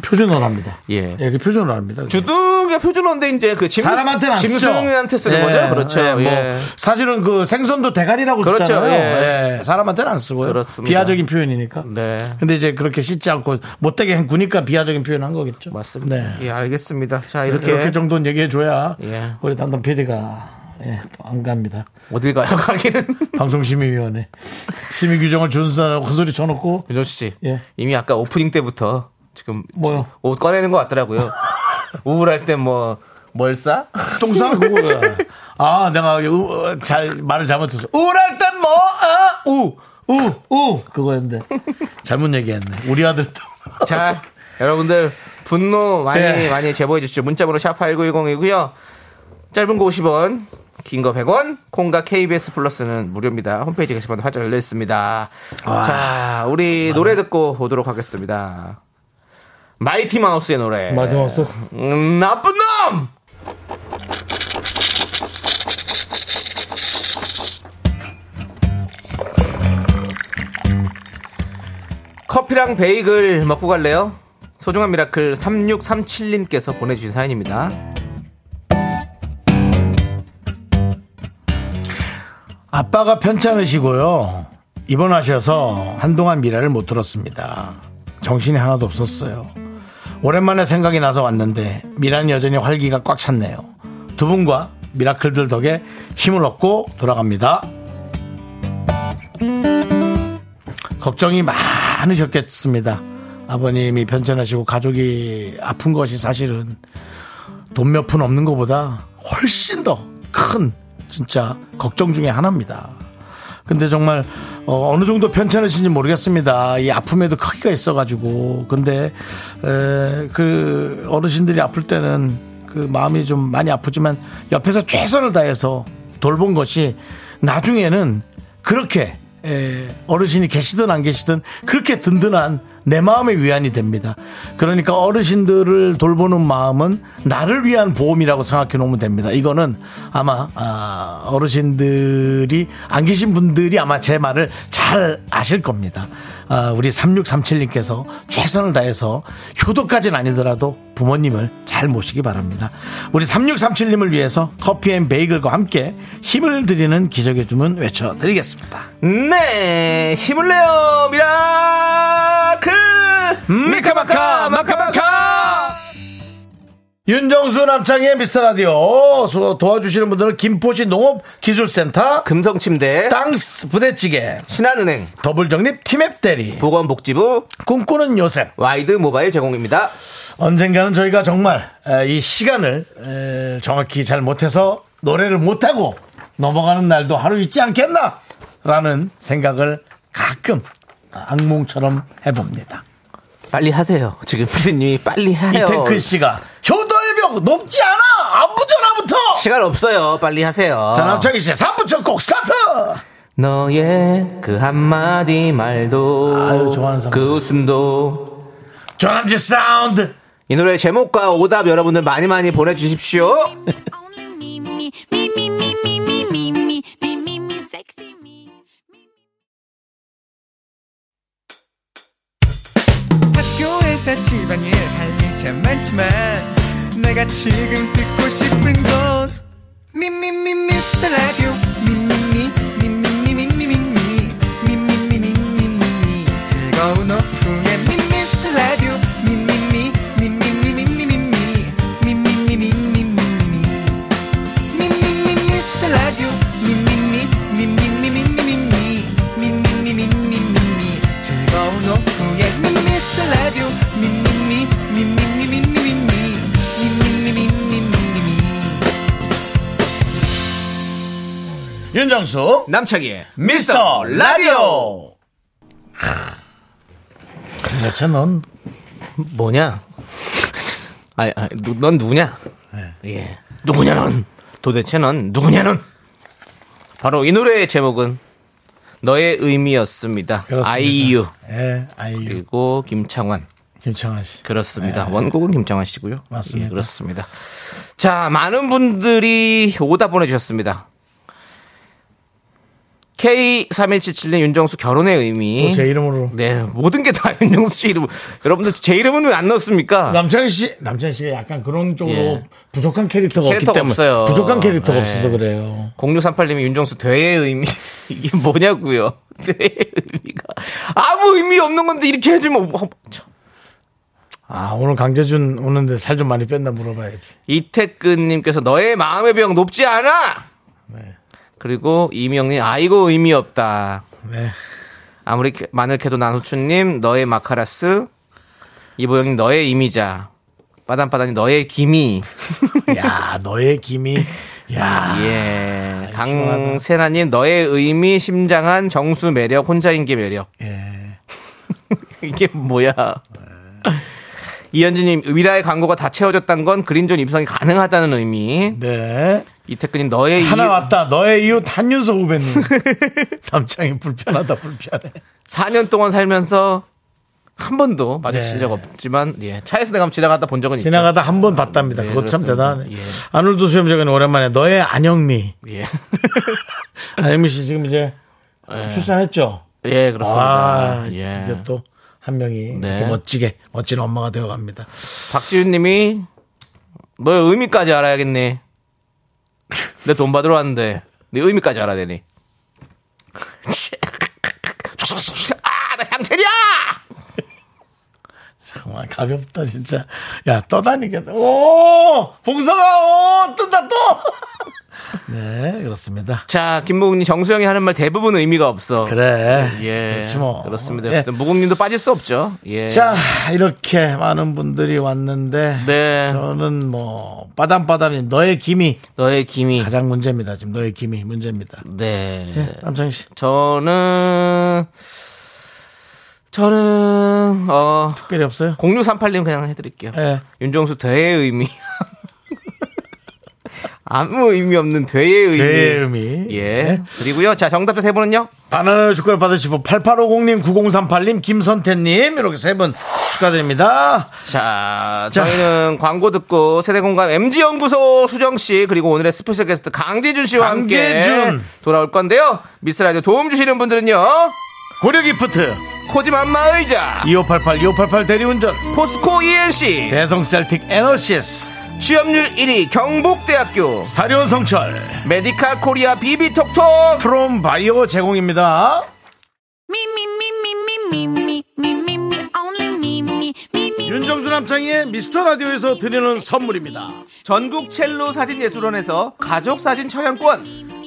S1: 표준어랍니다.
S2: 예.
S1: 그 표준어랍니다.
S2: 주둥이가 표준어인데 이제 그 짐,
S1: 사람한테는 안 쓰죠.
S2: 짐승한테 쓰는
S1: 예,
S2: 거죠. 그렇죠.
S1: 예, 뭐
S2: 예.
S1: 사실은 그 생선도 대가리라고
S2: 그렇죠,
S1: 쓰잖아요.
S2: 예.
S1: 예, 사람한테는 안 쓰고요.
S2: 그렇습니다.
S1: 비하적인 표현이니까.
S2: 네.
S1: 근데 이제 그렇게 씻지 않고 못되게 구니까 비하적인 표현한 거겠죠.
S2: 맞습니다.
S1: 네.
S2: 예, 알겠습니다. 자,
S1: 이렇게,
S2: 이렇게,
S1: 정도는 얘기해줘야
S2: 예.
S1: 우리 담당 PD가 예, 또안 갑니다.
S2: 어딜 가요? 가기는
S1: 방송심의위원회 심의 규정을 준수하고 그 소리 쳐놓고
S2: 윤정수 씨.
S1: 예.
S2: 이미 아까 오프닝 때부터 지금
S1: 뭐요?
S2: 옷 꺼내는 것 같더라고요. 우울할 때 뭐 멀싸?
S1: 똥싸 그거야. 아 내가 우- 어, 잘 말을 잘못했어. 우울할 뭐, 어, 땐뭐우우우 그거였는데 잘못 얘기했네. 우리 아들 또
S2: 자, 여러분들 분노 많이
S1: 예.
S2: 많이 제보해 주십시오. 문자번호 샵 8910이고요. 짧은 거 50원, 긴 거 100원, 콩과 KBS 플러스는 무료입니다. 홈페이지 게시판 활짝 열려 있습니다. 자, 우리 노래 듣고 오도록 하겠습니다. 마이티 마우스의 노래.
S1: 마지막 소.
S2: 음, 나쁜 놈! 커피랑 베이글 먹고 갈래요? 소중한 미라클 3637님께서 보내주신 사연입니다.
S1: 아빠가 편찮으시고요. 입원하셔서 한동안 미라를 못 들었습니다. 정신이 하나도 없었어요. 오랜만에 생각이 나서 왔는데 미라는 여전히 활기가 꽉 찼네요. 두 분과 미라클들 덕에 힘을 얻고 돌아갑니다. 걱정이 많으셨겠습니다. 아버님이 편찮으시고 가족이 아픈 것이 사실은 돈 몇 푼 없는 것보다 훨씬 더 큰 진짜 걱정 중에 하나입니다. 근데 정말 어, 어느 정도 편찮으신지 모르겠습니다. 이 아픔에도 크기가 있어가지고 근데 에, 그 어르신들이 아플 때는 그 마음이 좀 많이 아프지만 옆에서 최선을 다해서 돌본 것이 나중에는 그렇게 에, 어르신이 계시든 안 계시든 그렇게 든든한 내 마음의 위안이 됩니다. 그러니까 어르신들을 돌보는 마음은 나를 위한 보험이라고 생각해 놓으면 됩니다. 이거는 아마 아, 어르신들이 안 계신 분들이 아마 제 말을 잘 아실 겁니다. 아, 우리 3637님께서 최선을 다해서 효도까지는 아니더라도 부모님을 잘 모시기 바랍니다. 우리 3637님을 위해서 커피앤 베이글과 함께 힘을 드리는 기적의 주문 외쳐드리겠습니다.
S2: 네! 힘을 내요! 미라클! 미카마카! 마카마카!
S1: 윤정수 남창의 미스터 라디오 수- 도와주시는 분들은 김포시 농업기술센터
S2: 금성침대,
S1: 땅스 부대찌개
S2: 신한은행,
S1: 더블정립 티맵 대리
S2: 보건복지부,
S1: 꿈꾸는 요셉
S2: 와이드 모바일 제공입니다.
S1: 언젠가는 저희가 정말 에, 이 시간을 에, 정확히 잘 못해서 노래를 못하고 넘어가는 날도 하루 있지 않겠나 라는 생각을 가끔 악몽처럼 해봅니다
S2: 빨리 하세요. 지금 피디님이 빨리 해요.
S1: 이태클 씨가 효도의 벽 높지 않아 안부 전화부터
S2: 시간 없어요. 빨리 하세요.
S1: 자 남창희 씨 3부 첫 곡 스타트
S2: 너의 그 한마디 말도
S1: 아유, 좋아하는 사람.
S2: 그 웃음도
S1: 조남지 사운드
S2: 이 노래 제목과 오답 여러분들 많이 많이 보내주십시오.
S9: 학교에서 집안일 할 일 참 많지만 내가 지금 듣고 싶은 건 미미미 미스터 라디오 미미미 미미미 미미미 미미미 미미미 즐거운 오후에 미스터 라디오 미미미 미미미 미미미 미미미 미미미
S1: 윤정수
S2: 남창희의
S1: 미스터 라디오 도대체 넌
S2: 뭐냐? 아니, 아니, 누- 넌 누구냐?
S1: 네.
S2: 예. 누구냐, 넌? 도대체 넌 누구냐, 넌? 바로 이 노래의 제목은 너의 의미였습니다.
S1: 그렇습니다.
S2: 아이유.
S1: 예, 아이유.
S2: 그리고 김창완.
S1: 김창환 씨.
S2: 그렇습니다. 원곡은 김창완 씨고요.
S1: 네. 맞습니다.
S2: 예, 그렇습니다. 자, 많은 분들이 오다 보내주셨습니다. K3177님 윤정수 결혼의 의미.
S1: 또제 어, 이름으로.
S2: 네, 모든 게 다 윤정수 씨 이름. 여러분들 제 이름은 왜 안 넣었습니까?
S1: 남창희 씨, 남창희 씨가 약간 그런 쪽으로
S2: 예.
S1: 부족한 캐릭터가, 네.
S2: 캐릭터가
S1: 없기 때문에
S2: 없어요.
S1: 부족한 캐릭터가
S2: 예.
S1: 없어서 그래요.
S2: 0638님이 윤정수 되의 의미 이게 뭐냐고요? 되의 의미가 아무 의미 없는 건데 이렇게 해주면 뭐- 참.
S1: 아 오늘 강재준 오는데 살 좀 많이 뺐나 물어봐야지.
S2: 이태근님께서 너의 마음의 병 높지 않아. 그리고 이명님 아이고 의미 없다.
S1: 네.
S2: 아무리 캐- 마늘 캐도 나노추님 너의 마카라스 이보영님 너의 이미자 빠단빠단이 너의 기미
S1: 야 너의 김이 야
S2: 예 강세나님 너의 의미 심장한 정수 매력 혼자인기 매력
S1: 예.
S2: 이게 뭐야?
S1: 네.
S2: 이현진님 위라의 광고가 다 채워졌다는 건 그린존 입성이 가능하다는 의미.
S1: 네.
S2: 이태근님 너의
S1: 하나
S2: 이-
S1: 왔다. 너의 이웃 한윤석 후배님. 남창이 불편하다 불편해.
S2: 4년 동안 살면서 한 번도 마주친
S1: 네.
S2: 적 없지만 예, 차에서 내가 한번 지나가다 본 적은
S1: 지나가다 한 번 봤답니다.
S2: 그러니까. 네,
S1: 그것 참
S2: 그렇습니다.
S1: 대단하네.
S2: 예.
S1: 아놀드 수염자는 오랜만에 너의 안영미.
S2: 있죠. 예.
S1: 안영미 씨 지금 이제 출산했죠.
S2: 예, 그렇습니다.
S1: 아
S2: 예.
S1: 이제 또 한 명이
S2: 네.
S1: 이렇게 멋지게 멋진 엄마가 되어갑니다.
S2: 박지윤 님이 너의 의미까지 알아야겠네. 내 돈 받으러 왔는데 네 의미까지 알아야 되니. 아, 나 향천이야!
S1: 정말 가볍다 진짜. 야 떠다니겠다. 오 봉서가 오 뜬다 또. 네 그렇습니다.
S2: 자, 김무국님 정수영이 하는 말 대부분 의미가 없어.
S1: 그래.
S2: 예.
S1: 그렇지 뭐.
S2: 그렇습니다.
S1: 예.
S2: 어쨌든 무국님도 빠질 수 없죠. 예.
S1: 자 이렇게 많은 분들이 왔는데
S2: 네.
S1: 저는 뭐 빠담빠담님 너의 김이
S2: 너의 김이.
S1: 가장 문제입니다. 지금 너의 김이 문제입니다.
S2: 네.
S1: 남창희 씨
S2: 저는 저는 어
S1: 특별히 없어요?
S2: 0638님 그냥 해드릴게요.
S1: 예.
S2: 윤종수 되의 의미. 아무 의미 없는 되의 의미.
S1: 의 의미.
S2: 예.
S1: 예.
S2: 그리고요. 자, 정답자 세 분은요?
S1: 바나나 축구를 받으시고 8850님, 9038님, 김선태님 이렇게 세 분 축하드립니다.
S2: 자,
S1: 자.
S2: 저희는 광고 듣고 세대공감 MG연구소 수정씨 그리고 오늘의 스페셜 게스트 강재준 씨와 함께
S1: 강재준.
S2: 돌아올 건데요. 미스라디오 도움 주시는 분들은요.
S1: 고려기프트
S2: 코지맘마 의자
S1: 2588 2588 대리운전
S2: 포스코 E ENC
S1: 네, 대성셀틱 에너시스
S2: 취업률 1위 경북대학교
S1: 사리온 성철
S2: 메디카 코리아 비비톡톡
S1: 프롬바이오 제공입니다. 윤정수 남창희의 미스터 라디오에서 드리는 선물입니다.
S2: 전국 첼로 사진예술원에서 가족사진 촬영권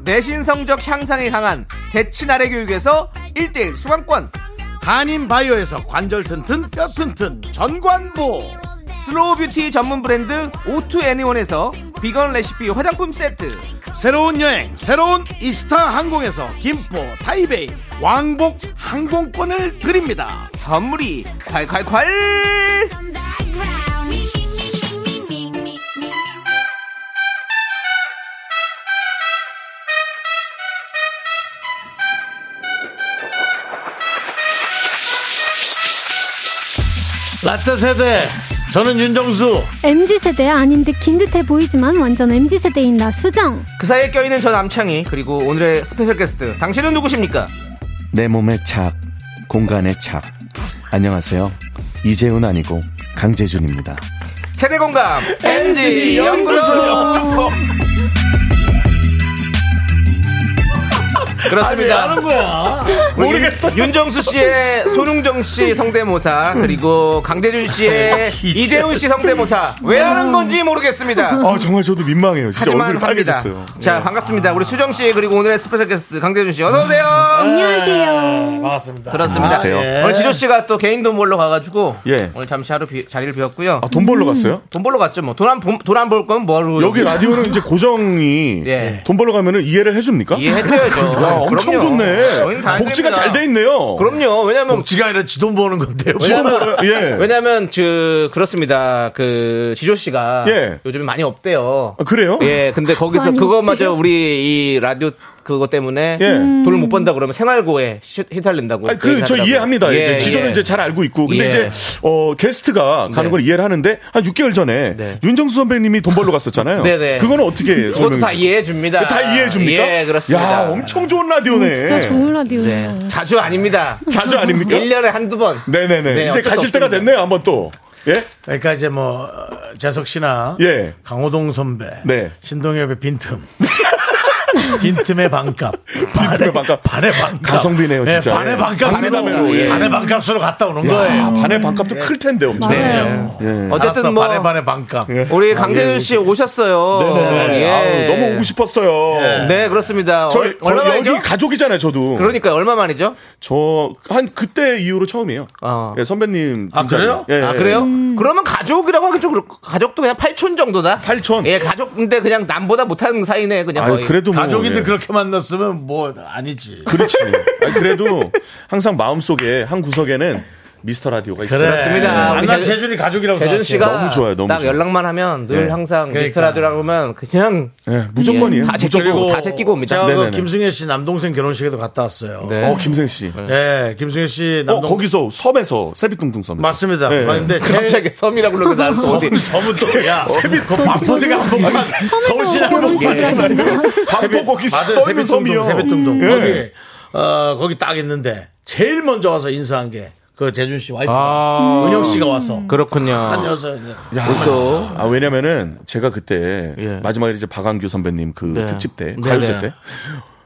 S2: 내신 성적 향상에 강한 대치나래 교육에서 1대1 수강권
S1: 한인 바이오에서 관절 튼튼 뼈 튼튼 전관보,
S2: 슬로우 뷰티 전문 브랜드 오투애니원에서 비건 레시피 화장품 세트
S1: 새로운 여행, 새로운 이스타 항공에서 김포, 타이베이, 왕복 항공권을 드립니다.
S2: 선물이 콸콸콸
S1: 라떼 세대 저는 윤정수
S6: MZ 세대 아닌 듯 긴 듯해 보이지만 완전 MZ 세대인 나 수정.
S2: 그 사이에 껴있는 저 남창희 그리고 오늘의 스페셜 게스트 당신은 누구십니까?
S4: 내 몸에 착, 공간에 착. 안녕하세요. 이재훈 아니고 강재준입니다.
S2: 세대공감 MG 연구소 그렇습니다
S1: 거야
S2: 우리
S1: 모르겠어요.
S2: 뭐 윤정수 씨의 손흥정 씨 성대모사 그리고 강재준
S10: 아,
S2: 씨의 이재훈 씨 성대모사 왜 하는 건지 모르겠습니다.
S10: 음. 아 정말 저도 민망해요. 진짜
S2: 하지만
S10: 얼굴이
S2: 합니다.
S10: 빨개졌어요.
S2: 자
S10: 네.
S2: 반갑습니다. 우리 수정 씨 그리고 오늘의 스페셜 게스트 강재준 씨 어서 오세요.
S6: 안녕하세요.
S1: 반갑습니다.
S2: 그렇습니다.
S10: 안녕하세요.
S1: 예.
S2: 오늘 지조 씨가 또 개인 돈 벌러 가가지고
S10: 예.
S2: 오늘 잠시 하루 비- 자리를 비웠고요.
S10: 아, 돈 벌러 갔어요?
S2: 돈 벌러 갔죠 뭐. 돈안돈안벌 거면 뭐하러
S10: 여기 라디오는 이제 고정이
S2: 예.
S10: 돈 벌러 가면은 이해를 해줍니까?
S2: 이해해드려야죠.
S10: 와, 아, 엄청
S2: 그럼요. 저희는 다
S10: 좋네. 복지가
S2: 해드립니다.
S10: 잘 돼 있네요.
S2: 그럼요. 왜냐면
S1: 지가 아니라 지돈 버는 건데요.
S10: 지금 벌어요? 예.
S2: 왜냐면 그 그렇습니다. 그 지조 씨가
S10: 예.
S2: 요즘에 많이 없대요.
S10: 아, 그래요?
S2: 예, 근데 거기서
S6: 많이
S2: 그것마저 우리 이 라디오 그것 때문에
S10: 예.
S2: 돈을 못 번다 그러면 생활고에 시- 휘달린다고.
S10: 아니, 그, 저
S2: 뭐 얘기하더라고요.
S10: 이해합니다.
S2: 예,
S10: 이제 지조는
S2: 예.
S10: 이제 잘 알고 있고. 근데
S2: 예.
S10: 이제, 어, 게스트가 가는
S2: 네.
S10: 걸 이해를 하는데, 한 6개월 전에
S2: 네.
S10: 윤정수 선배님이 돈 벌러 갔었잖아요.
S2: 네네.
S10: 그거는 어떻게
S2: 그것도
S10: 설명해
S2: 다
S10: 주세요?
S2: 이해해 줍니다.
S10: 다 이해해 줍니까?
S2: 예, 그렇습니다.
S10: 야, 엄청 좋은 라디오네.
S6: 음, 진짜 좋은 라디오예요.
S2: 네. 자주 아닙니다.
S10: 자주 아닙니까?
S2: 1년에 한두 번.
S10: 네네네.
S2: 네,
S10: 이제
S2: 어쩔 수
S10: 가실 때가
S2: 없습니다.
S10: 됐네요, 한번 또. 예?
S1: 그러니까 이제 뭐 어, 재석 씨나
S10: 예.
S1: 강호동 선배,
S10: 네.
S1: 신동엽의 빈틈. 빈틈의 반값.
S10: 빈틈의 반값.
S1: 반의 반값.
S10: 가성비네요,
S1: 예,
S10: 진짜.
S1: 반의
S10: 예.
S1: 반값으로.
S10: 반값으로, 예.
S1: 반의 반값으로 갔다 오는
S2: 네.
S10: 아,
S1: 거예요.
S10: 반의 반값도 클 텐데, 엄청.
S6: 맞아요.
S10: 예.
S2: 어쨌든
S1: 알았어,
S2: 뭐
S1: 반의 반의 반값.
S2: 우리 강재준 씨 오셨어요.
S10: 아, 네네.
S2: 예.
S10: 아우, 너무 오고 싶었어요.
S2: 네, 그렇습니다.
S10: 저,
S2: 얼-
S10: 거-
S2: 얼마
S10: 여기
S2: 만이죠?
S10: 가족이잖아요, 저도.
S2: 그러니까 얼마 만이죠?
S10: 저 한 그때 이후로 처음이에요.
S2: 어.
S10: 예, 선배님.
S1: 아,
S10: 등장에.
S1: 그래요?
S10: 예,
S2: 아
S10: 예.
S2: 그래요?
S1: 음.
S2: 그러면 가족이라고 하기 좀 그렇고 가족도 그냥 8촌 정도다.
S10: 8촌?
S2: 예, 가족 근데 그냥 남보다 못하는 사이네 그냥
S10: 아유,
S2: 거의.
S10: 그래도 뭐,
S1: 가족인데
S10: 예.
S1: 그렇게 만났으면 뭐 아니지.
S10: 그렇지. 아니, 그래도 항상 마음속에 한 구석에는 미스터 라디오가 있어요.
S2: 그렇습니다. 우리
S1: 네. 만난
S2: 재-
S1: 재준이 가족이라고 생각해요.
S2: 재준 씨가
S10: 너무 좋아요, 너무
S2: 딱
S10: 좋아요.
S2: 연락만 하면 늘
S10: 예.
S2: 항상 미스터
S1: 그러니까.
S2: 라디오라고 하면 그냥
S10: 예, 무조건이에요.
S2: 다 제끼고
S10: 무조건.
S2: 다뭐 제끼고 옵니다.
S1: 제가 그
S10: 네네네.
S1: 김승혜 씨 남동생 결혼식에도 갔다 왔어요.
S2: 네.
S10: 어, 김생 씨.
S1: 예, 김승혜 씨
S10: 어,
S1: 남동
S10: 거기서 섬에서 세빛둥둥 섬에서.
S1: 맞습니다.
S10: 예, 예.
S1: 맞는데
S2: 네. 갑자기 섬이라고 그러고 나서 어디
S1: 서문도 야, 그 밥포대가 한 번만 뭐 서울시 한 번만
S6: 결혼식을 하셨나?
S2: 뭐
S10: 방포 거기
S1: 맞아요.
S10: 떠 있는
S1: 세뱃동동,
S10: 섬이요.
S1: 세뱃동동.
S10: 예.
S2: 네.
S1: 거기, 어, 거기 딱 있는데, 제일 먼저 와서 인사한 게, 그 재준 씨 와이프가, 은영 씨가 와서. 한
S2: 아. 그렇군요.
S1: 여섯, 이제.
S10: 야, 아, 왜냐면은 제가 그때
S2: 예.
S10: 마지막에 이제 박완규 선배님 그
S2: 네.
S10: 특집 때
S2: 네,
S10: 가요제
S2: 네.
S10: 때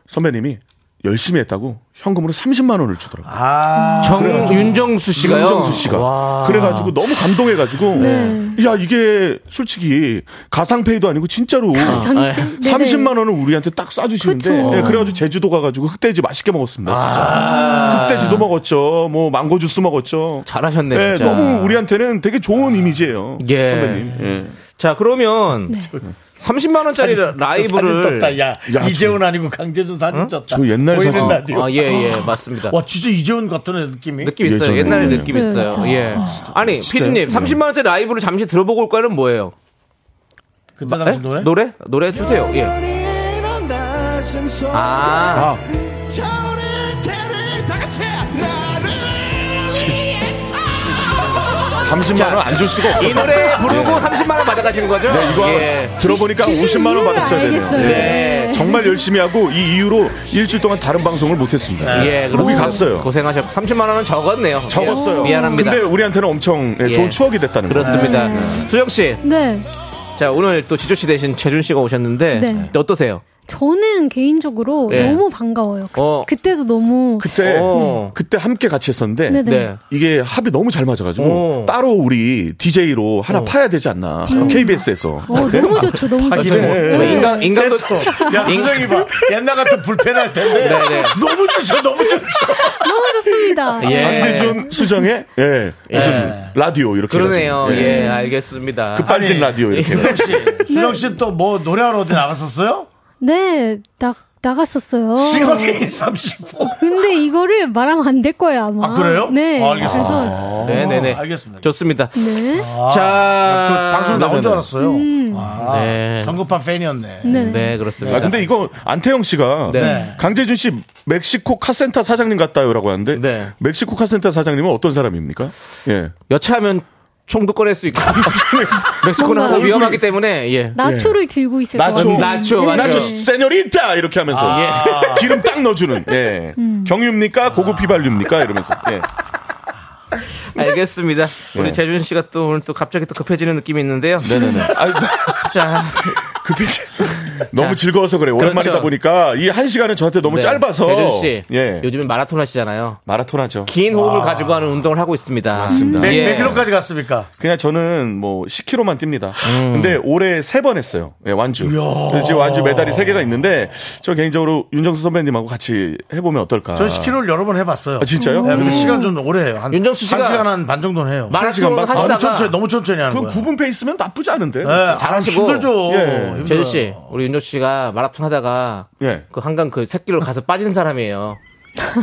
S10: 선배님이 열심히 했다고 현금으로 30만 원을 주더라고요.
S2: 정 윤정수 씨가요.
S10: 윤정수 씨가
S2: 와.
S10: 그래가지고 너무 감동해가지고
S2: 네.
S10: 야 이게 솔직히 가상페이도 아니고 진짜로
S2: 네.
S10: 30만 원을 우리한테 딱 쏴주시는데
S2: 그쵸.
S10: 예, 그래가지고 제주도 가가지고 흑돼지 맛있게 먹었습니다
S2: 아.
S10: 진짜 흑돼지도 먹었죠 뭐 망고 주스 먹었죠
S2: 잘하셨네.
S10: 예,
S2: 진짜.
S10: 너무 우리한테는 되게 좋은 이미지예요
S2: 예.
S10: 선배님 예.
S2: 자 그러면 30만 원짜리
S1: 사진
S2: 라이브를
S1: 떴다, 야.
S10: 야,
S1: 이재훈 아니고 강재준 사진 떴다.
S10: 저 옛날
S1: 보이는
S10: 사진.
S1: 라디오.
S2: 아, 예, 예, 맞습니다.
S1: 와, 진짜 이재훈 같은 애 느낌이.
S2: 느낌 있어요.
S10: 예전에. 음.
S2: 옛날 느낌
S6: 있어요,
S2: 있어요.
S6: 있어요.
S2: 예. 아니, 피디님, 30만 원짜리 라이브를 잠시 들어보고 올 거는 뭐예요?
S1: 그때
S2: 예?
S1: 당시 노래?
S2: 노래? 노래 주세요. 예. 아,
S10: 아,
S2: 자,
S10: 30만 원 안 줄 수가 없어
S2: 이 노래 부르고 30만 원 받아가신 거죠?
S10: 아. 네, 이거
S2: 예.
S10: 들어보니까 50만 원 받았어야 되네요
S6: 알겠어요.
S10: 예.
S2: 네.
S10: 정말 열심히 하고 이 이후로 일주일 동안 다른 방송을 못했습니다.
S2: 예,
S10: 목이
S2: 그렇습니다.
S10: 갔어요.
S2: 고생하셨고 30만 원은 적었네요.
S10: 적었어요.
S2: 예, 미안합니다.
S10: 근데 우리한테는 엄청 예, 좋은
S2: 예.
S10: 추억이 됐다는 거예요.
S2: 그렇습니다. 수정 씨,
S6: 네.
S2: 자 오늘 또 지조 씨 대신 재준 씨가 오셨는데
S6: 네.
S2: 근데 어떠세요?
S6: 저는 개인적으로
S2: 예.
S6: 너무 반가워요. 그,
S2: 어.
S6: 때도 너무.
S10: 그때
S2: 어.
S10: 그때 함께 같이 했었는데
S6: 네네.
S2: 네.
S10: 이게 합이 너무 잘 맞아가지고
S2: 어.
S10: 따로 우리 DJ로 하나 파야 되지 않나 KBS에서. 네.
S6: 어, 너무 좋죠, 너무 좋죠.
S1: 네.
S2: 저뭐 인간 인간도
S1: 야, 수정이
S2: 뭐
S1: 봐. 옛날 같은 불편할 텐데.
S2: 네, 네.
S1: 너무 좋죠, 너무 좋죠.
S6: 너무 좋습니다.
S2: 예.
S10: 강재준 수정의 예, 무슨 라디오 이렇게
S2: 네. 그러네요.
S10: 해가지고.
S2: 예, 알겠습니다. 예.
S10: 급발진
S1: 아니,
S10: 라디오 이렇게
S1: 수정 씨. 수정 씨 또 뭐 노래하러 어디 나갔었어요?
S6: 네, 나, 나갔었어요.
S1: 시간이 30분.
S6: 근데 이거를 말하면 안 될 거예요, 아마.
S1: 아, 그래요?
S6: 네.
S1: 아, 알겠습니다.
S6: 그래서,
S2: 네네네.
S1: 아, 알겠습니다. 아,
S2: 좋습니다.
S6: 네.
S10: 아,
S2: 아, 자,
S1: 방송 나온 줄
S10: 네네네.
S1: 알았어요. 아,
S2: 네.
S1: 성급한 팬이었네.
S6: 음. 네.
S2: 네, 그렇습니다.
S10: 아, 근데 이거 안태영 씨가
S2: 네.
S10: 강재준 씨 멕시코 카센터 사장님 같다요라고 하는데
S2: 네.
S10: 멕시코 카센터 사장님은 어떤 사람입니까? 예.
S2: 여차하면 총도 꺼낼 수 있고 멕시코는 항상
S6: 뭔가
S2: 위험하기 때문에 예.
S6: 나초를 들고 있을 것
S10: 나초.
S6: 같아요.
S2: 나초,
S6: 네.
S2: 맞아요. 아.
S10: 나저 세뇨리타 이렇게 하면서 예. 기름 딱 넣어주는 예. 경유입니까 고급 휘발유입니까 이러면서 예.
S2: 알겠습니다. 우리
S10: 네.
S2: 재준 씨가 또 오늘 또 갑자기 또 급해지는 느낌이 있는데요.
S10: 네네네. 아,
S2: 자,
S10: 급해지. 너무 즐거워서 그래. 오랜만이다
S2: 그렇죠.
S10: 보니까 이 한 시간은 저한테 너무
S2: 네.
S10: 짧아서.
S2: 배준 씨,
S10: 예.
S2: 요즘엔 마라톤 하시잖아요.
S10: 마라톤 하죠.
S2: 긴 호흡을 가지고 하는 운동을 하고 있습니다.
S10: 맞습니다.
S1: 몇,
S10: 예.
S1: 몇 킬로까지 갔습니까?
S10: 그냥 저는 뭐 10km만 뜁니다.
S1: 음.
S10: 근데 올해 세 번 했어요. 예, 완주. 그래서 지금 완주 메달이 세개가 있는데 저 개인적으로 윤정수 선배님하고 같이 해보면 어떨까.
S1: 전 10킬로를 여러 번 해봤어요.
S10: 아, 진짜요?
S1: 네, 근데
S6: 음.
S1: 시간 좀 오래 해요. 한,
S2: 윤정수 씨가
S1: 한 시간 한 반 정도는 해요.
S2: 마라톤
S10: 시간 반?
S1: 너무
S2: 하시다가
S1: 천천히, 너무 천천히 하는
S10: 그
S1: 거예요.
S10: 9분 페이스면 나쁘지 않은데.
S1: 네,
S2: 잘하시고.
S1: 아, 힘들죠.
S10: 예.
S1: 힘들어요.
S2: 재준 씨, 우리 윤조 씨가 마라톤 하다가
S10: 예.
S2: 그 한강 그 새길로 가서 빠진 사람이에요.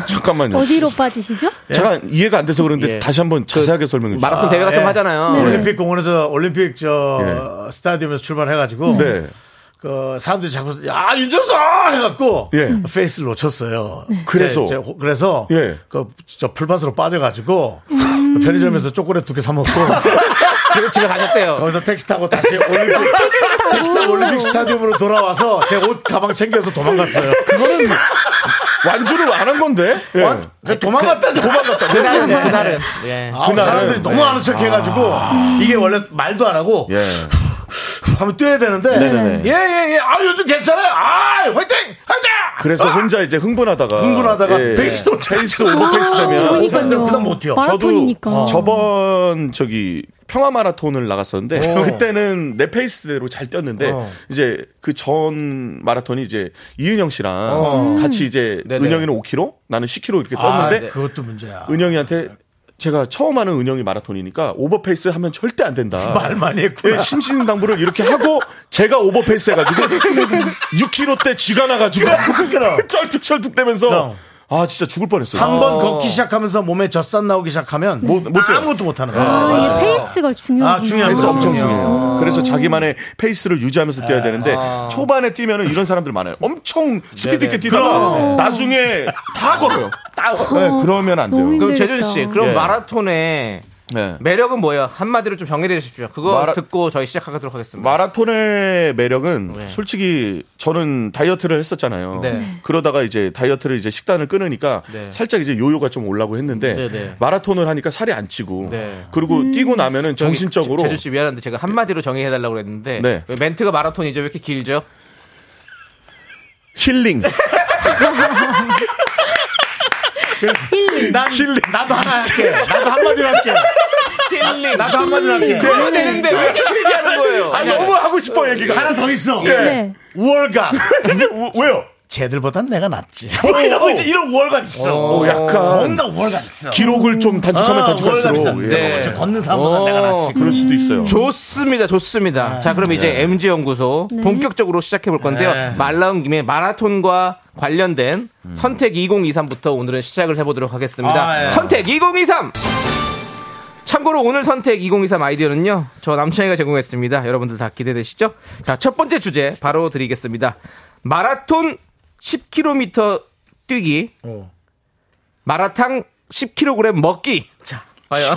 S10: 잠깐만요.
S6: 어디로 빠지시죠?
S10: 제가 이해가 안 돼서 그런데
S2: 예.
S10: 다시 한번 자세하게 설명해 주세요.
S2: 마라톤 대회 같은
S1: 예.
S2: 거 하잖아요.
S6: 네.
S1: 올림픽 공원에서 올림픽 저 스타디움에서 출발해가지고
S10: 네.
S1: 그 사람들이 자꾸 아 윤정수 해갖고
S10: 예.
S1: 페이스를 놓쳤어요.
S10: 그래서?
S1: 제- 제 호- 그래서
S10: 예.
S1: 그 저 풀밭으로 빠져가지고 편의점에서 초콜릿 두 개 사 먹고
S2: 그리고 집에 가셨대요.
S1: 거기서 택시 타고 다시 올림픽 택시 타고 올림픽 스타디움으로 돌아와서 제 옷 가방 챙겨서 도망갔어요.
S10: 그거는 아, 완주를 안 한 건데. 예.
S1: 완- 그 도망갔다 도망갔다.
S2: 그날은 그날은 예.
S1: 아, 사람들이 너무 아는 척 해가지고 이게 원래 말도 안 하고
S10: 예.
S1: 하면 뛰어야 되는데
S10: 네네네.
S1: 예예예 아 요즘 괜찮아요 아 화이팅 화이팅
S10: 그래서
S1: 아!
S10: 혼자 이제 흥분하다가
S1: 흥분하다가
S10: 예.
S1: 베이스도
S10: 페이스 오버 페이스
S6: 아,
S10: 되면
S6: 그러니까요.
S1: 그냥 그다음 못 뛰어.
S6: 마라톤이니까.
S1: 저도, 어,
S10: 저번 저기 평화 마라톤을 나갔었는데
S1: 어.
S10: 그때는 내 페이스대로 잘 뛰었는데
S1: 어.
S10: 이제 그 전 마라톤이 이제 이은영 씨랑
S1: 어.
S10: 같이 이제
S2: 네네.
S10: 은영이는 5km 나는 10km 이렇게
S1: 음. 아,
S10: 떴는데
S1: 네. 그것도 문제야
S10: 은영이한테 제가 처음 하는 은영이 마라톤이니까 오버페이스 하면 절대 안 된다.
S1: 말 많이 했구나
S10: 예, 심신당부를 이렇게 하고 제가 오버페이스 해가지고 6km 때 쥐가 나가지고
S1: 그럼.
S10: 쩔뚝쩔뚝대면서
S1: 그럼.
S10: 아 진짜 죽을 뻔했어요.
S1: 한 번 걷기 시작하면서 몸에 젖산 나오기 시작하면
S10: 못- 못 뛰어요.
S1: 아무것도 못하는
S6: 아,
S1: 거야
S6: 이게 페이스가 중요하구나.
S1: 아, 중요한
S10: 페이스
S1: 거죠.
S10: 엄청 중요해요. 그래서 자기만의 페이스를 유지하면서 뛰어야 되는데
S2: 아.
S10: 초반에 뛰면은 이런 사람들 많아요. 엄청 스피드 있게 뛰다가
S6: 네.
S10: 나중에 다 걸어요. 다 걸어요. 네, 그러면 안
S6: 너무
S10: 돼요.
S2: 그럼
S6: 힘들겠다.
S2: 재준 씨, 그럼
S10: 예.
S2: 마라톤의
S10: 네.
S2: 매력은 뭐예요? 한마디로 좀 정리해 주십시오. 그거
S10: 마라-
S2: 듣고 저희 시작하도록 하겠습니다.
S10: 마라톤의 매력은
S2: 네.
S10: 솔직히 저는 다이어트를 했었잖아요.
S2: 네.
S10: 그러다가 이제 다이어트를 이제 식단을 끊으니까
S2: 네.
S10: 살짝 이제 요요가 좀 올라고 했는데
S2: 네, 네.
S10: 마라톤을 하니까 살이 안 찌고
S2: 네.
S10: 그리고
S6: 음.
S10: 뛰고 나면은 정신적으로
S2: 재준 씨 미안한데 제가 한마디로 정의해 달라고 그랬는데
S10: 네.
S2: 왜 멘트가 마라톤이죠? 왜 이렇게 길죠?
S10: 힐링.
S6: 힐링.
S1: 난, 나도 하나 할게 나도 한마디로 할게
S2: 힐링.
S1: 나도 한마디로 할게
S2: 그래야 되는데 왜 이렇게 길게 하는 거예요?
S10: 아 너무 하고 싶어 얘기가.
S1: 하나 더 있어
S10: 예.
S6: 네.
S1: 우월감
S10: 진짜 우- 왜요?
S1: 쟤들보단 내가 낫지 뭐 이런 이제 이런 우월감 있어
S10: 오, 약간
S1: 뭔가 우월감 있어
S10: 기록을 좀 단축하면
S1: 아,
S10: 단축할수록
S1: 우월감 있어.
S10: 예.
S2: 네.
S1: 저 걷는 사람보다 내가 낫지
S10: 그럴 수도 있어요.
S2: 좋습니다, 좋습니다. 자, 그럼 이제 MG 연구소 본격적으로 시작해 볼 건데요.
S1: 네.
S2: 말라운 김에 마라톤과 관련된 선택 2023부터 오늘은 시작을 해보도록 하겠습니다.
S1: 아, 예.
S2: 선택 2023. 참고로 오늘 선택 2023 아이디어는요, 저 남창희가 제공했습니다. 여러분들 다 기대되시죠? 자, 첫 번째 주제 바로 드리겠습니다. 마라톤 10km 뛰기, 마라탕 10kg 먹기. 자, 과연.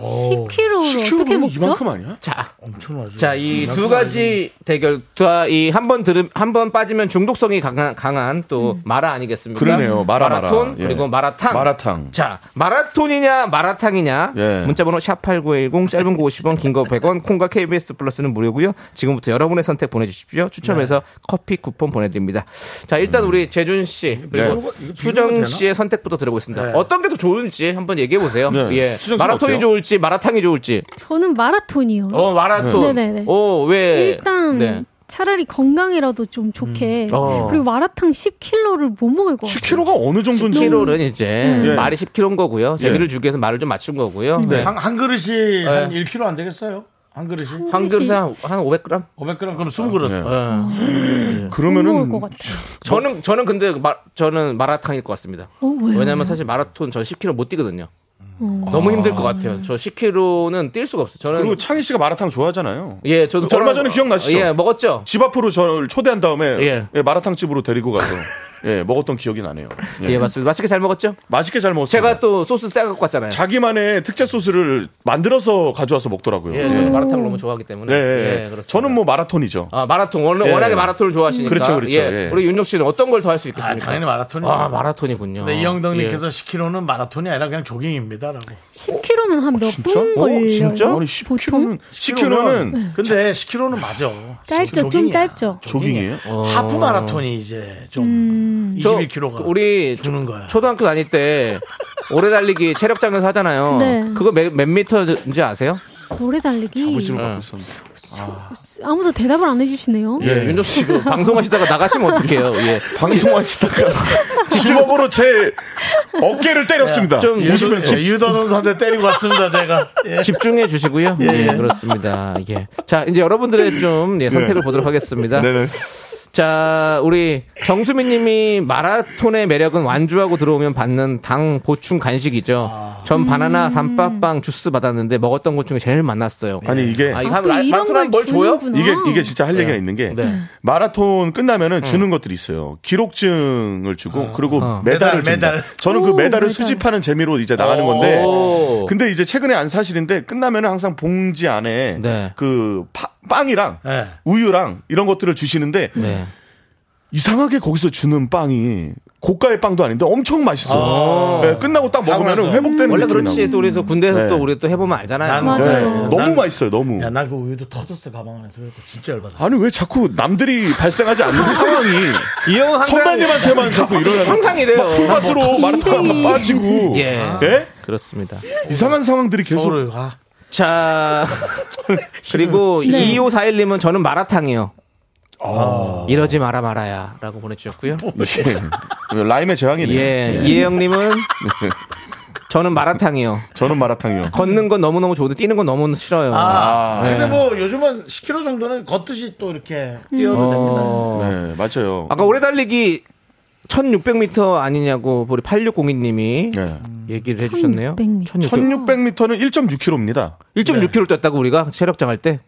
S6: 10kg로 어떻게 먹죠?
S10: 이만큼 아니야?
S2: 자,
S1: 엄청나죠
S2: 자, 이 두 가지 대결, 이 한 번 들음, 한 번 빠지면 중독성이 강한, 강한 또 마라 아니겠습니까?
S10: 음. 그러네요. 마라, 마라.
S2: 마라톤,
S10: 예.
S2: 그리고 마라탕.
S10: 마라탕.
S2: 자, 마라톤이냐, 마라탕이냐.
S10: 예.
S2: 문자번호 샵8910, 짧은 거 50원, 긴 거 100원, 콩과 KBS 플러스는 무료고요 지금부터 여러분의 선택 보내주십시오. 추첨해서
S1: 네.
S2: 커피 쿠폰 보내드립니다. 자, 일단 우리 재준씨, 그리고
S1: 음. 네.
S2: 수정씨의 선택부터 들어보겠습니다.
S1: 네.
S2: 어떤 게 더 좋은지 한번 얘기해보세요.
S10: 네.
S2: 예.
S10: 수정 씨는
S2: 마라톤이
S10: 어때요?
S2: 좋을지, 마라탕이 좋을지.
S6: 저는 마라톤이요.
S2: 어 마라톤.
S6: 네네네.
S2: 오 왜?
S6: 일단
S2: 네.
S6: 차라리 건강이라도 좀 좋게.
S2: 어.
S6: 그리고 마라탕 10kg를 못 먹을 것 같아요.
S10: 10kg가 어느 정도인지.
S6: 음.
S2: 10kg는 이제
S10: 예.
S2: 말이 10kg인 거고요. 재미를 주기 위해서 말을 좀 맞춘 거고요. 네.
S1: 한, 한 그릇이 한 1kg 안 되겠어요? 한 그릇이?
S2: 한 그릇에 한, 한 500g?
S1: 500g 그럼 20그릇.
S10: 네.
S6: 아.
S2: 어.
S1: 네.
S6: 못
S10: 그러면은
S6: 먹을 것 같아요.
S2: 저는 저는 근데 마, 저는 마라탕일 것 같습니다.
S6: 어, 왜요?
S2: 왜냐면 사실 마라톤 저 10kg 못 뛰거든요.
S6: 음.
S2: 너무 힘들 것 같아요. 저 10kg는 뛸 수가 없어요.
S10: 그리고
S2: 저는
S10: 창희 씨가 마라탕 좋아하잖아요.
S2: 예, 저도
S10: 얼마 전에 기억나시죠?
S2: 예, 먹었죠.
S10: 집 앞으로 저를 초대한 다음에
S2: 예.
S10: 예, 마라탕 집으로 데리고 가서 예, 먹었던 기억이 나네요.
S2: 예, 맞습니다. 맛있게 잘 먹었죠?
S10: 맛있게 잘 먹었어요.
S2: 제가 또 소스 싸갖고 왔잖아요.
S10: 자기만의 특제 소스를 만들어서 가져와서 먹더라고요.
S2: 예,
S6: 음.
S2: 저는 마라탕을 너무 좋아하기 때문에.
S10: 네, 예,
S2: 예, 그렇습니다.
S10: 저는 뭐 마라톤이죠.
S2: 아, 마라톤. 원래,
S10: 예.
S2: 워낙에 마라톤을 좋아하시니까.
S10: 그렇죠, 그렇죠.
S2: 예.
S10: 예.
S2: 우리 윤종 씨는 어떤 걸 더 할 수 있겠습니까?
S1: 아, 당연히 마라톤이죠.
S2: 아, 마라톤이군요. 예.
S1: 근데
S10: 예.
S1: 이영덕님께서 10km는 마라톤이 아니라 그냥 조깅입니다라고.
S6: 10km면
S10: 어,
S6: 한 몇 분 걸려요?
S10: 아니,
S6: 10km는
S10: 10km는
S1: 근데 10km는 맞아.
S6: 짧죠, 좀
S1: 조깅이야. 어.
S6: 짧죠.
S10: 조깅이에요?
S1: 하프 마라톤이 이제 좀
S6: 음.
S2: 저, 그
S1: 21km가
S2: 우리
S1: 죽는 거야.
S2: 초등학교 다닐 때 오래 달리기 체력 장에서 하잖아요.
S6: 네.
S2: 그거 몇, 몇 미터인지 아세요?
S6: 노래 달리기.
S2: 네.
S10: 갖고 있었는데.
S6: 아무도 대답을 안 해주시네요.
S2: 예, 윤종 씨 그 방송하시다가 나가시면 어떡해요? 예.
S10: 방송하시다가 주먹으로 제 어깨를 때렸습니다.
S2: 좀
S10: 웃으면서.
S1: 예, 유도 선수한테 때리고 왔습니다, 제가. 예.
S2: 집중해 주시고요. 예, 그렇습니다. 예. 자, 이제 여러분들의 좀 예, 선택을 보도록 하겠습니다.
S10: 네. 네네.
S2: 자, 우리 정수민 님이 마라톤의 매력은 완주하고 들어오면 받는 당 보충 간식이죠.
S10: 아.
S2: 전 바나나, 단팥빵, 주스 받았는데 먹었던 것 중에 제일 많았어요.
S10: 아니 이게
S2: 아, 이거
S6: 아, 또
S2: 하면
S6: 이런 걸
S2: 마라톤 뭘 줘요?
S6: 주는구나.
S10: 이게 이게 진짜 할 얘기가 있는 게
S2: 네.
S10: 마라톤 끝나면은 주는 것들이 있어요. 기록증을 주고 그리고
S1: 메달,
S10: 메달을 준다.
S1: 메달.
S10: 저는 그
S6: 오,
S10: 메달을
S6: 메달.
S10: 수집하는 재미로 이제 나가는 건데
S2: 오.
S10: 근데 이제 최근에 안 사실인데 끝나면은 항상 봉지 안에
S2: 네.
S10: 그 파- 빵이랑
S1: 예.
S10: 우유랑 이런 것들을 주시는데
S2: 네.
S10: 이상하게 거기서 주는 빵이 고가의 빵도 아닌데 엄청 맛있어요. 네, 끝나고 딱 먹으면
S1: 하고 나서.
S10: 회복되는
S2: 아. 원래
S10: 느낌이
S2: 그렇지.
S10: 나고.
S2: 또 우리 또 군대에서
S10: 네.
S2: 또 우리 또 해보면 알잖아요.
S1: 나는-
S10: 네,
S6: 맞아요.
S10: 너무
S1: 난-
S10: 맛있어요. 너무.
S1: 야, 난 그 우유도 터졌어, 가방 안에서. 그래서 진짜 열받아.
S10: 아니 왜 자꾸 남들이 발생하지 않는 상황이
S2: 이 형은 항상
S10: 선배님한테만 자꾸 일어나는
S2: 항상 이래요.
S10: 풀밭으로 마라톤
S6: 인생이.
S10: 빠지고
S2: 예.
S10: 예?
S2: 그렇습니다.
S10: 이상한 상황들이 계속
S1: 서울을 가.
S2: 자, 그리고 2541님은 저는 마라탕이요.
S10: 아.
S2: 이러지 마라 말아야 라고 보내주셨고요.
S10: 예. 라임의
S2: 예,
S10: 재앙이네요. 예.
S2: 이혜영님은 저는 마라탕이요.
S10: 저는 마라탕이요.
S2: 걷는 건 너무너무 좋은데 뛰는 건 너무 싫어요.
S1: 아, 근데 뭐 요즘은 10km 정도는 걷듯이 또 이렇게
S6: 음.
S1: 뛰어도 됩니다.
S2: 어.
S10: 네 맞아요.
S2: 아까 오래 달리기 1600m 아니냐고 우리 8602님이
S10: 예.
S2: 얘기를 해주셨네요.
S6: 1600m.
S10: 1600m는 1.6km입니다.
S2: 1.6km 뛰었다고 우리가 체력장 할 때.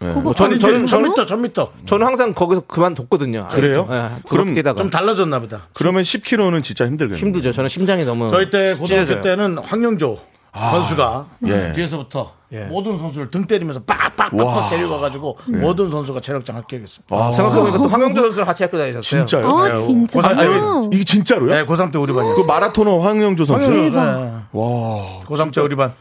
S10: 어,
S6: 그거
S1: 저는
S2: 저는- 저는-
S1: 저는 1 0 0 미터.
S2: 저는 항상 거기서 그만뒀거든요. 아,
S10: 그래요?
S2: 그럼
S10: 그럼
S2: 뛰다가
S1: 좀 달라졌나 보다.
S10: 그러면 10km는 진짜 힘들겠네요.
S2: 힘들죠. 저는 심장이 너무
S1: 저희 때 고등학교
S2: 찢어져요.
S1: 때는 황영조 선수가
S10: 예.
S1: 뒤에서부터
S2: 예.
S1: 모든 선수를 등 때리면서 빡빡빡빡 때려가가지고 모든 선수가 체력장 합격했습니다.
S10: 아,
S2: 생각해보니까 또 황영조 선수랑 같이 학교 다니셨어요.
S10: 진짜요? 네.
S6: 아, 진짜.
S10: 아니, 아니,
S6: 요
S10: 이게 진짜로요?
S1: 네, 고3 때 우리
S10: 그
S1: 반이었어요.
S10: 마라토너 황영조 선수.
S1: 와, 네. 고3 때 우리 반.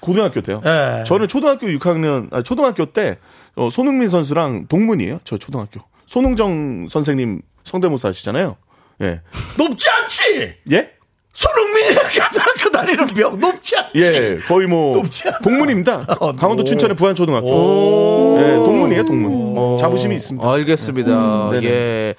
S10: 고등학교 때요?
S1: 예.
S10: 저는 초등학교 6학년, 아, 초등학교 때 어, 손흥민 선수랑 동문이에요. 저 초등학교. 손흥정 선생님 성대모사 하시잖아요. 예.
S1: 높지 않지.
S10: 예?
S1: 손흥민이 학교 다니는 벽 높지 않지.
S10: 예, 거의 뭐
S1: 높지 않아.
S10: 동문입니다.
S1: 어,
S10: 강원도
S1: 오.
S10: 춘천의 부안초등학교. 예, 동문이에요, 동문. 자부심이 있습니다.
S2: 어. 알겠습니다. 예.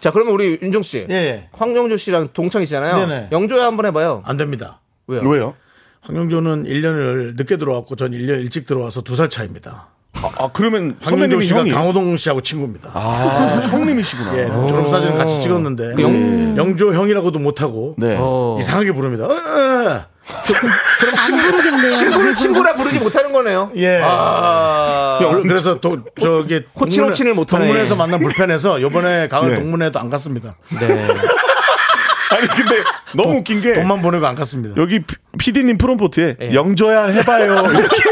S2: 자, 그러면 우리 윤종 씨.
S1: 예, 예.
S2: 황영조 씨랑 동창이잖아요.
S1: 네네.
S2: 영조야 한번 해봐요.
S1: 안 됩니다.
S2: 왜요?
S10: 왜요?
S1: 황영조는 1년을 늦게 들어왔고 전 1년 일찍 들어와서 두 살 차입니다.
S10: 아, 아, 그러면
S1: 황영조
S10: 선배님이
S1: 씨가
S10: 형이
S1: 강호동 씨하고 친구입니다.
S10: 아, 형님이시구나.
S1: 예, 졸업사진 같이
S10: 그
S1: 찍었는데 예.
S2: 영-
S1: 영조 형이라고도 못하고
S10: 네.
S2: 어.
S1: 이상하게 부릅니다. 어, 어.
S2: 친구를 친구라 부르지 못하는 거네요.
S1: 예.
S2: 아.
S1: 형, 그래서 또 저기
S2: 호칭호칭을 못하네.
S1: 동문에서 만난 불편해서 요번에 가을
S10: 네.
S1: 동문회도 안 갔습니다.
S2: 네.
S10: 아니, 근데 너무 웃긴 게
S1: 돈만 보내고 안 갔습니다.
S10: 여기 PD님 프롬포트에
S2: 예.
S10: 영조야 해봐요. 이렇게.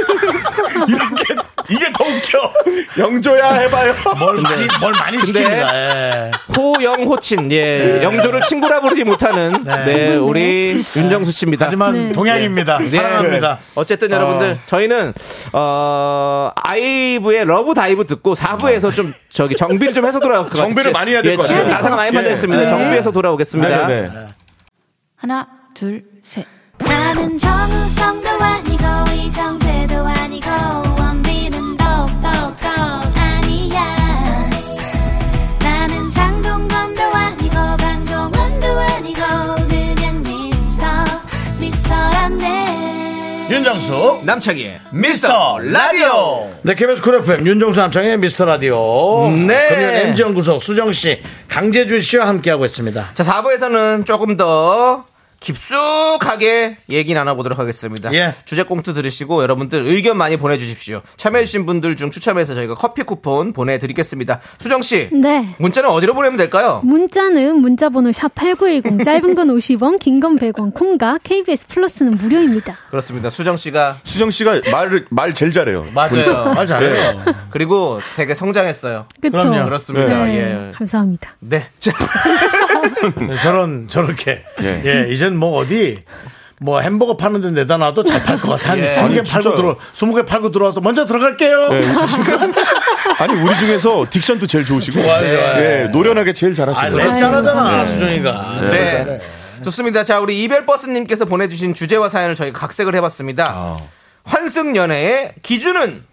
S10: 이렇게. 이게 더 웃겨. 영조야 해봐요.
S1: 뭘 많이 뭘 많이
S2: 근데-
S1: 시킵니다. 예.
S2: 호영호친.
S10: 네.
S2: 예. 영조를 친구라 부르지 못하는 네, 우리 윤정수 씨입니다.
S1: 하지만
S6: 네.
S1: 동양입니다.
S2: 네.
S1: 사랑합니다.
S2: 어쨌든 여러분들 저희는 어 아이브의 러브 다이브 듣고 4부에서 좀 저기 정비를 좀 해서 돌아올 것 같아요.
S10: 네. 정비를 많이 해야 될것 같아요.
S2: 나사가 많이
S10: 예.
S2: 빠져 있습니다. 정비해서 돌아오겠습니다.
S10: 네네네.
S11: 하나, 둘, 셋.
S12: 나는 정우성도 아니고 이정재도 아니고 원빈은 더욱더 아니야 나는 장동건도 아니고 방종원도 아니고 그냥 미스터 미스터란데
S1: 윤정수
S2: 남창희의
S1: 미스터 라디오. 네, KBS 쿨 FM 윤정수 남창의 미스터 라디오.
S2: 네.
S1: 금연 MG 연구소 수정 씨, 강재준 씨와 함께하고 있습니다.
S2: 자, 4부에서는 조금 더 깊숙하게 얘기 나눠보도록 하겠습니다.
S10: 예.
S2: 주제 꽁트 들으시고 여러분들 의견 많이 보내주십시오. 참여해주신 분들 중 추첨해서 저희가 커피 쿠폰 보내드리겠습니다. 수정씨,
S6: 네.
S2: 문자는 어디로 보내면 될까요?
S6: 문자는 문자번호 샵 8910, 짧은 건 50원, 긴 건 100원, 콩과 KBS 플러스는 무료입니다.
S2: 그렇습니다. 수정 씨가
S10: 수정 씨가 말을 말 제일 잘해요.
S2: 맞아요.
S10: 그러니까
S2: 네.
S10: 말 잘해요.
S2: 그리고 되게 성장했어요.
S6: 그쵸?
S10: 그럼요.
S2: 그렇습니다.
S6: 네,
S2: 예.
S6: 감사합니다.
S2: 네.
S1: 음. 저런 저렇게
S10: 예.
S1: 예. 이젠 뭐 어디 뭐 햄버거 파는 데 내다 놔도 잘 팔 것 같아. 한
S10: 예.
S1: 20개
S10: 아니, 진짜요.
S1: 팔고 들어 20개 팔고 들어와서 먼저 들어갈게요.
S10: 네, 그러니까 아니 우리 중에서 딕션도 제일 좋으시고
S1: 좋아요, 좋아요.
S10: 예, 노련하게 제일
S1: 아,
S10: 잘하시고
S1: 랩 잘하잖아, 수정이가.
S2: 네.
S1: 네.
S2: 좋습니다. 자, 우리 이별버스님께서 보내주신 주제와 사연을 저희가 각색을 해봤습니다.
S10: 아.
S2: 환승연애의 기준은?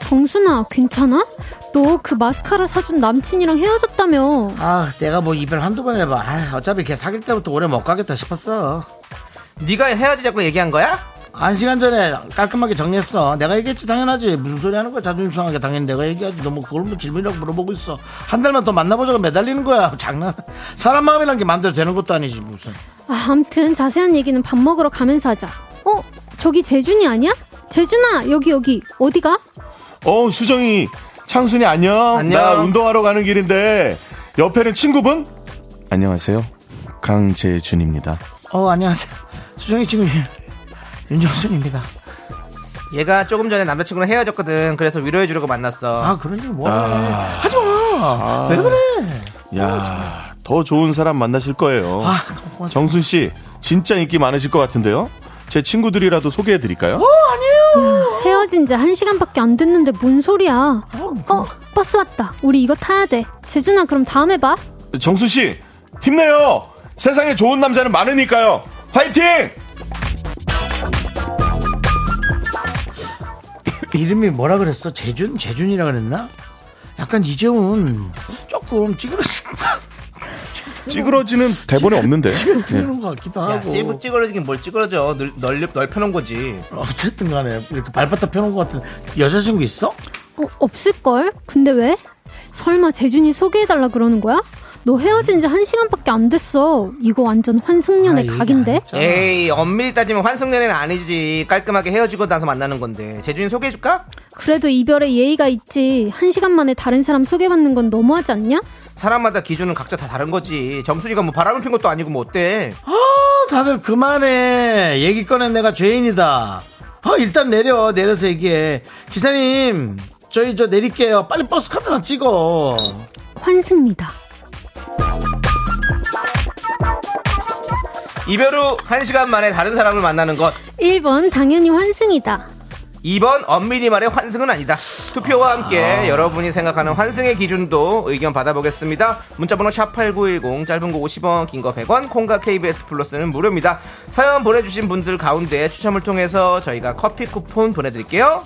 S6: 정순아, 괜찮아? 너 그 마스카라 사준 남친이랑 헤어졌다며.
S1: 아, 내가 뭐 이별 한두 번 해봐. 아, 어차피 걔 사귈 때부터 오래 못 가겠다 싶었어.
S2: 네가 헤어지자고 얘기한 거야?
S1: 한 시간 전에 깔끔하게 정리했어. 내가 얘기했지 당연하지. 무슨 소리 하는 거야? 자존심 상하게 당연히 내가 얘기하지. 너무 그걸 뭐 질문이라고 물어보고 있어. 한 달만 더 만나보자고 매달리는 거야. 장난. 사람 마음이란 게 마음대로 되는 것도 아니지 무슨.
S6: 아, 암튼 자세한 얘기는 밥 먹으러 가면서 하자. 어? 저기 재준이 아니야? 재준아, 여기 여기. 어디가?
S10: 어 수정이 창순이 안녕.
S6: 안녕.
S10: 나 운동하러 가는 길인데 옆에는 친구분? 안녕하세요. 강재준입니다.
S1: 어 안녕하세요. 수정이 친구 윤정순입니다.
S2: 얘가 조금 전에 남자친구랑 헤어졌거든. 그래서 위로해주려고 만났어.
S1: 아, 그런 일 뭐해.
S10: 아.
S1: 하지 마.
S10: 아.
S1: 왜 그래?
S10: 야, 더 좋은 사람 만나실 거예요.
S1: 아, 고맙습니다.
S10: 정순 씨, 진짜 인기 많으실 것 같은데요? 제 친구들이라도 소개해 드릴까요?
S6: 아니에요. 헤어진 지 한 시간밖에 안 됐는데 뭔 소리야? 어, 버스 왔다. 우리 이거 타야 돼. 재준아, 그럼 다음에 봐.
S10: 정순 씨, 힘내요. 세상에 좋은 남자는 많으니까요. 화이팅!
S1: 이름이 뭐라 그랬어? 재준? 재준이라 그랬나? 약간 이재훈 조금 찌그러지
S10: 찌그러지는 대본에 없는데.
S1: 찌그러지는 것 같기도
S2: 야,
S1: 하고
S2: 아, 찌- 찌그러지긴 뭘 찌그러져. 널, 널, 넓혀놓은 거지.
S1: 어쨌든 간에 이렇게 발바닥 펴놓은 것 같은 여자친구 있어?
S6: 어, 없을걸? 근데 왜? 설마 재준이 소개해달라 그러는 거야? 너 헤어진 지 한 시간밖에 안 됐어. 이거 완전
S1: 아,
S6: 환승연애 각인데? 예.
S2: 에이, 엄밀히 따지면 환승연애는 아니지. 깔끔하게 헤어지고 나서 만나는 건데. 재준이 소개해줄까?
S6: 그래도 이별에 예의가 있지. 한 시간 만에 다른 사람 소개받는 건 너무하지 않냐?
S2: 사람마다 기준은 각자 다 다른 거지. 정순이가 뭐 바람을 핀 것도 아니고 뭐 어때?
S1: 아 다들 그만해 얘기 꺼낸 내가 죄인이다 아 일단 내려 내려서 얘기해 기사님 저희 저 내릴게요 빨리 버스 카드나 찍어
S6: 환승입니다.
S2: 이별 후 1시간 만에 다른 사람을 만나는 것.
S6: 1번, 당연히 환승이다.
S2: 2번 엄밀히 말해 환승은 아니다. 투표와 함께
S10: 아.
S2: 여러분이 생각하는 환승의 기준도 의견 받아보겠습니다. 문자번호 샵8910 짧은 거 50원 긴 거 100원 콩과 KBS 플러스는 무료입니다. 사연 보내주신 분들 가운데 추첨을 통해서 저희가 커피 쿠폰 보내드릴게요.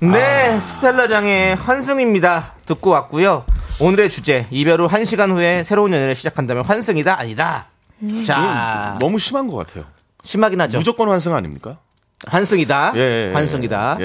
S2: 네
S10: 아.
S2: 스텔라장의 환승입니다. 듣고 왔고요. 오늘의 주제 이별 후 1시간 후에 새로운 연애를 시작한다면 환승이다 아니다. 자
S10: 이건 예. 너무 심한 것 같아요.
S2: 심하긴 하죠.
S10: 뭐 무조건 환승 아닙니까?
S2: 아, 환승이다.
S10: 예, 예.
S2: 환승이다.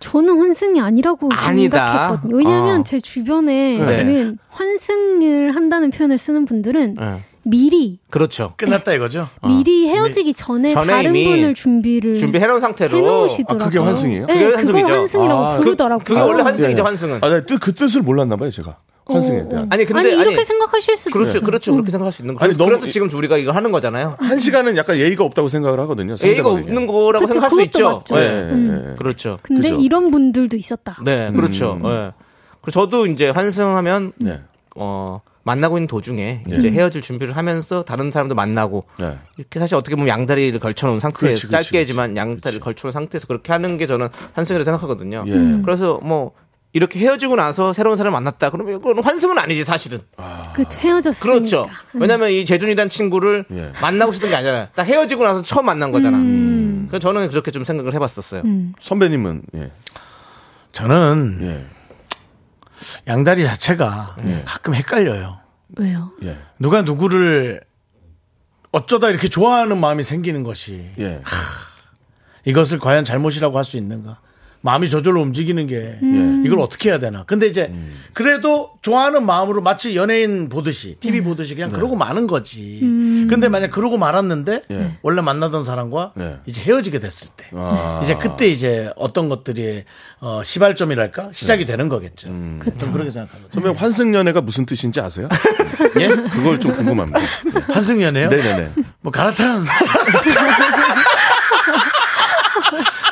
S6: 저는 환승이 아니라고
S2: 아니다.
S6: 생각했거든요. 왜냐하면
S2: 어.
S6: 제 주변에
S2: 네.
S6: 는 환승을 한다는 표현을 쓰는 분들은
S2: 예.
S6: 미리
S2: 그렇죠.
S1: 끝났다 이거죠?
S6: 미리 헤어지기 전에,
S2: 전에
S6: 다른
S2: 이미
S6: 분을 준비를
S2: 준비해놓은 상태로.
S6: 해놓으시더라고요.
S10: 아, 그게 환승이에요?
S6: 네,
S10: 그게
S6: 그걸
S10: 환승이죠.
S6: 환승이라고
S10: 아,
S6: 부르더라고요.
S2: 그- 그게 원래 환승이죠, 환승은.
S10: 아, 네, 뜻- 그 뜻을 몰랐나 봐요, 제가. 환승에
S6: 어,
S10: 대한.
S6: 어. 아니, 근데- 아니, 이렇게 생각하실 수도
S2: 그렇죠,
S6: 있어요.
S2: 그렇죠, 그렇게 생각할 수 있는 거죠.
S10: 아니,
S2: 그래서,
S10: 너무
S2: 그래서
S10: 이-
S2: 지금 우리가 이걸 하는 거잖아요.
S10: 한 시간은 약간 예의가 없다고 음, 생각을 하거든요. 네.
S2: 예의가
S10: 상대방에게.
S2: 없는 거라고
S6: 그쵸,
S2: 생각할 수
S6: 그렇죠. 그것도
S2: 있죠.
S6: 맞죠.
S2: 예,
S6: 음.
S2: 예, 그렇죠.
S6: 근데
S2: 그죠.
S6: 이런 분들도 있었다.
S10: 음.
S2: 네, 그렇죠. 예. 그리고 저도 이제 환승하면
S10: 예.
S2: 어 만나고 있는 도중에
S10: 네.
S2: 이제 헤어질 준비를 하면서 다른 사람도 만나고
S10: 예.
S2: 이렇게 사실 어떻게 보면 양다리를 걸쳐놓은 상태에서
S10: 그렇지, 그렇지,
S2: 짧게지만 양다리를 걸쳐놓은 상태에서 그렇게 하는 게 저는 환승이라고 생각하거든요.
S10: 예. 음.
S2: 그래서 뭐 이렇게 헤어지고 나서 새로운 사람 만났다 그러면 그건 환승은 아니지 사실은.
S6: 그 헤어졌으니까.
S2: 그렇죠. 왜냐면 이 재준이란 친구를
S10: 예.
S2: 만나고 싶은 게 아니잖아요. 딱 헤어지고 나서 처음 만난 거잖아. 그래서 저는 그렇게 좀 생각을 해봤었어요.
S10: 선배님은 예.
S1: 저는 양다리 자체가 가끔 헷갈려요.
S6: 왜요?
S10: 예.
S1: 누가 누구를 어쩌다 이렇게 좋아하는 마음이 생기는 것이
S10: 예.
S1: 이것을 과연 잘못이라고 할 수 있는가? 마음이 저절로 움직이는 게
S13: 음.
S1: 이걸 어떻게 해야 되나. 근데 이제 그래도 좋아하는 마음으로 마치 연예인 보듯이 TV 보듯이 그냥
S13: 네.
S1: 그러고 마는 거지.
S13: 음.
S1: 근데 만약 그러고 말았는데
S13: 예.
S1: 원래 만나던 사람과
S13: 네.
S1: 이제 헤어지게 됐을 때
S13: 아.
S1: 이제 그때 이제 어떤 것들이 어, 시발점이랄까 시작이
S13: 네.
S1: 되는 거겠죠.
S13: 음.
S10: 그쵸.
S1: 저는 그렇게 생각합니다.
S10: 선배님 환승연애가 무슨 뜻인지 아세요? 예? 그걸 좀 궁금합니다.
S1: 환승연애요?
S10: 네네네.
S1: 뭐 갈아탄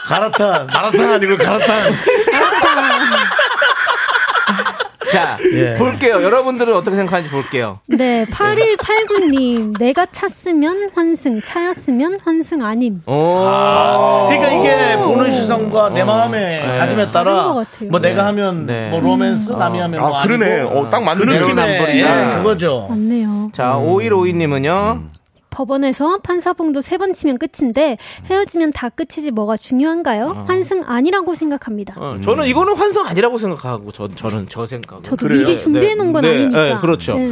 S1: 갈아탄 마라탕 아니고 갈아탄
S2: 자,
S1: 예.
S2: 볼게요. 여러분들은 어떻게 생각하는지 볼게요.
S6: 네, 8189님. 내가 찼으면 환승, 차였으면 환승 아님.
S2: 어.
S1: 그러니까 이게 보는 시선과 내 마음의
S6: 네.
S1: 가짐에
S6: 다른
S1: 따라
S6: 것 같아요. 음.
S1: 뭐
S6: 네.
S1: 내가 하면 뭐 로맨스 남이 하면 뭐 아니고.
S10: 어,
S2: 네
S1: 그런 느낌의 예, 그거죠.
S6: 맞네요.
S2: 자,
S10: 음.
S2: 5152님은요.
S6: 법원에서 판사봉도 세 번 치면 끝인데 헤어지면 다 끝이지 뭐가 중요한가요?
S2: 어.
S6: 환승 아니라고 생각합니다.
S1: 음.
S2: 어, 저는 이거는 환상 아니라고 생각하고 저, 저는 저 생각.
S6: 저도 미리 준비해 놓은 건 아니니까.
S2: 그렇죠.
S6: 네.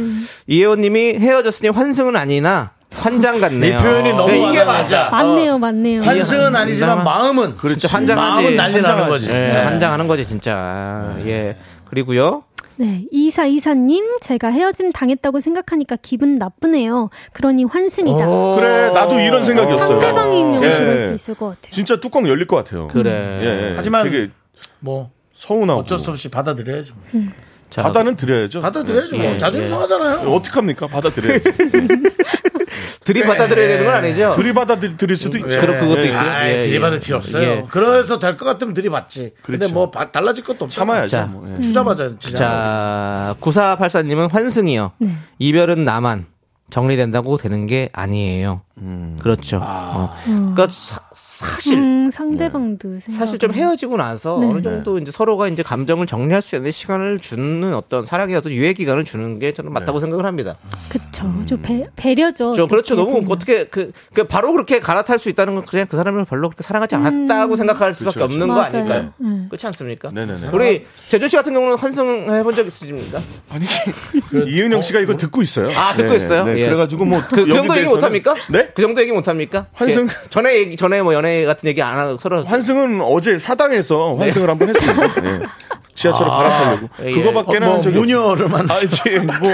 S2: 이혜원님이 헤어졌으니 환승은 아니나 환장 같네요.
S1: 이 표현이 너무
S2: 네, 이게
S1: 와닿네.
S2: 맞아.
S6: 맞네요, 맞네요.
S1: 환승은 아니지만 마음은
S2: 그렇죠.
S1: 진짜
S2: 환장하지.
S1: 마음은 난리 나는 거지.
S2: 예,
S1: 네.
S2: 환장하는 거지 진짜. 예. 그리고요.
S6: 네, 이사 이사님 제가 헤어짐 당했다고 생각하니까 기분 나쁘네요. 그러니 환승이다.
S1: 어.
S10: 그래, 나도 이런 어, 생각이었어요.
S6: 상대방이면
S10: 예.
S6: 그럴 수 있을 것 같아요.
S10: 진짜 뚜껑 열릴 것 같아요.
S2: 그래.
S10: 예, 예.
S1: 하지만
S10: 되게
S1: 뭐
S10: 서운하고.
S1: 어쩔 수 없이 받아들여야죠. 뭐.
S10: 자, 바다는 드려야죠.
S1: 받아들여야죠. 뭐.
S10: 예,
S1: 자존심
S10: 예.
S1: 상하잖아요.
S10: 어떡합니까? 받아들여야죠.
S1: 네.
S2: 들이받아들여야 되는 건 아니죠?
S10: 들이받아 드릴 수도 있죠.
S2: 그럼 그것도 있고요.
S1: 아,
S2: 예, 예.
S1: 들이받을 필요 없어요.
S2: 예. 그렇죠.
S1: 그래서 될 것 같으면 들이받지. 근데 뭐 바- 달라질 것도 없잖아.
S2: 참아야죠, 뭐, 예.
S1: 추자 맞아요. 진짜.
S2: 자, 9484님은 환승이요.
S6: 네.
S2: 이별은 나만 정리된다고 되는 게 아니에요.
S1: 음.
S2: 그렇죠.
S1: 아.
S2: 어. 그러니까 사, 사실
S6: 음, 상대방도
S2: 사실 좀 헤어지고 나서
S6: 네.
S2: 어느 정도 이제 서로가 이제 감정을 정리할 수 있는 시간을 주는 어떤 사랑의 어떤 유예 기간을 주는 게 저는 맞다고
S10: 네.
S2: 생각을 합니다.
S6: 그쵸. 좀 배, 배려죠.
S2: 저 어, 그렇죠.
S6: 어떻게
S2: 너무
S6: 보면.
S2: 어떻게 그, 그 바로 그렇게 갈아탈 수 있다는 건 그냥 그 사람을 별로 그렇게 사랑하지 않았다고 생각할 수밖에
S6: 그렇죠,
S2: 없는
S6: 그렇죠.
S2: 거
S6: 맞아요.
S2: 아닐까요?
S6: 네.
S2: 그렇지 않습니까?
S10: 네네네.
S2: 우리 제주 씨 같은 경우는 환승 해본 적 있으십니까?
S10: 아니 이은영 씨가 이거 듣고 있어요.
S2: 아 듣고
S10: 네,
S2: 있어요.
S10: 네,
S2: 예.
S10: 그래가지고 뭐
S2: 그, 그
S10: 여기
S2: 정도 얘기
S10: 대해서는-
S2: 못합니까? 네? 그 정도 얘기 못합니까?
S10: 환승?
S2: 예. 전에 얘기 전에 뭐 연애 같은 얘기 안 하고 서로
S10: 환승은 어제 사당에서 환승을 한번 했어요. 예. 지하철을
S2: 아.
S10: 갈아타려고.
S2: 예.
S10: 그거밖에는
S2: 어, 뭐
S10: 한 적이
S1: 무녀를
S10: 만나셨어요. 뭐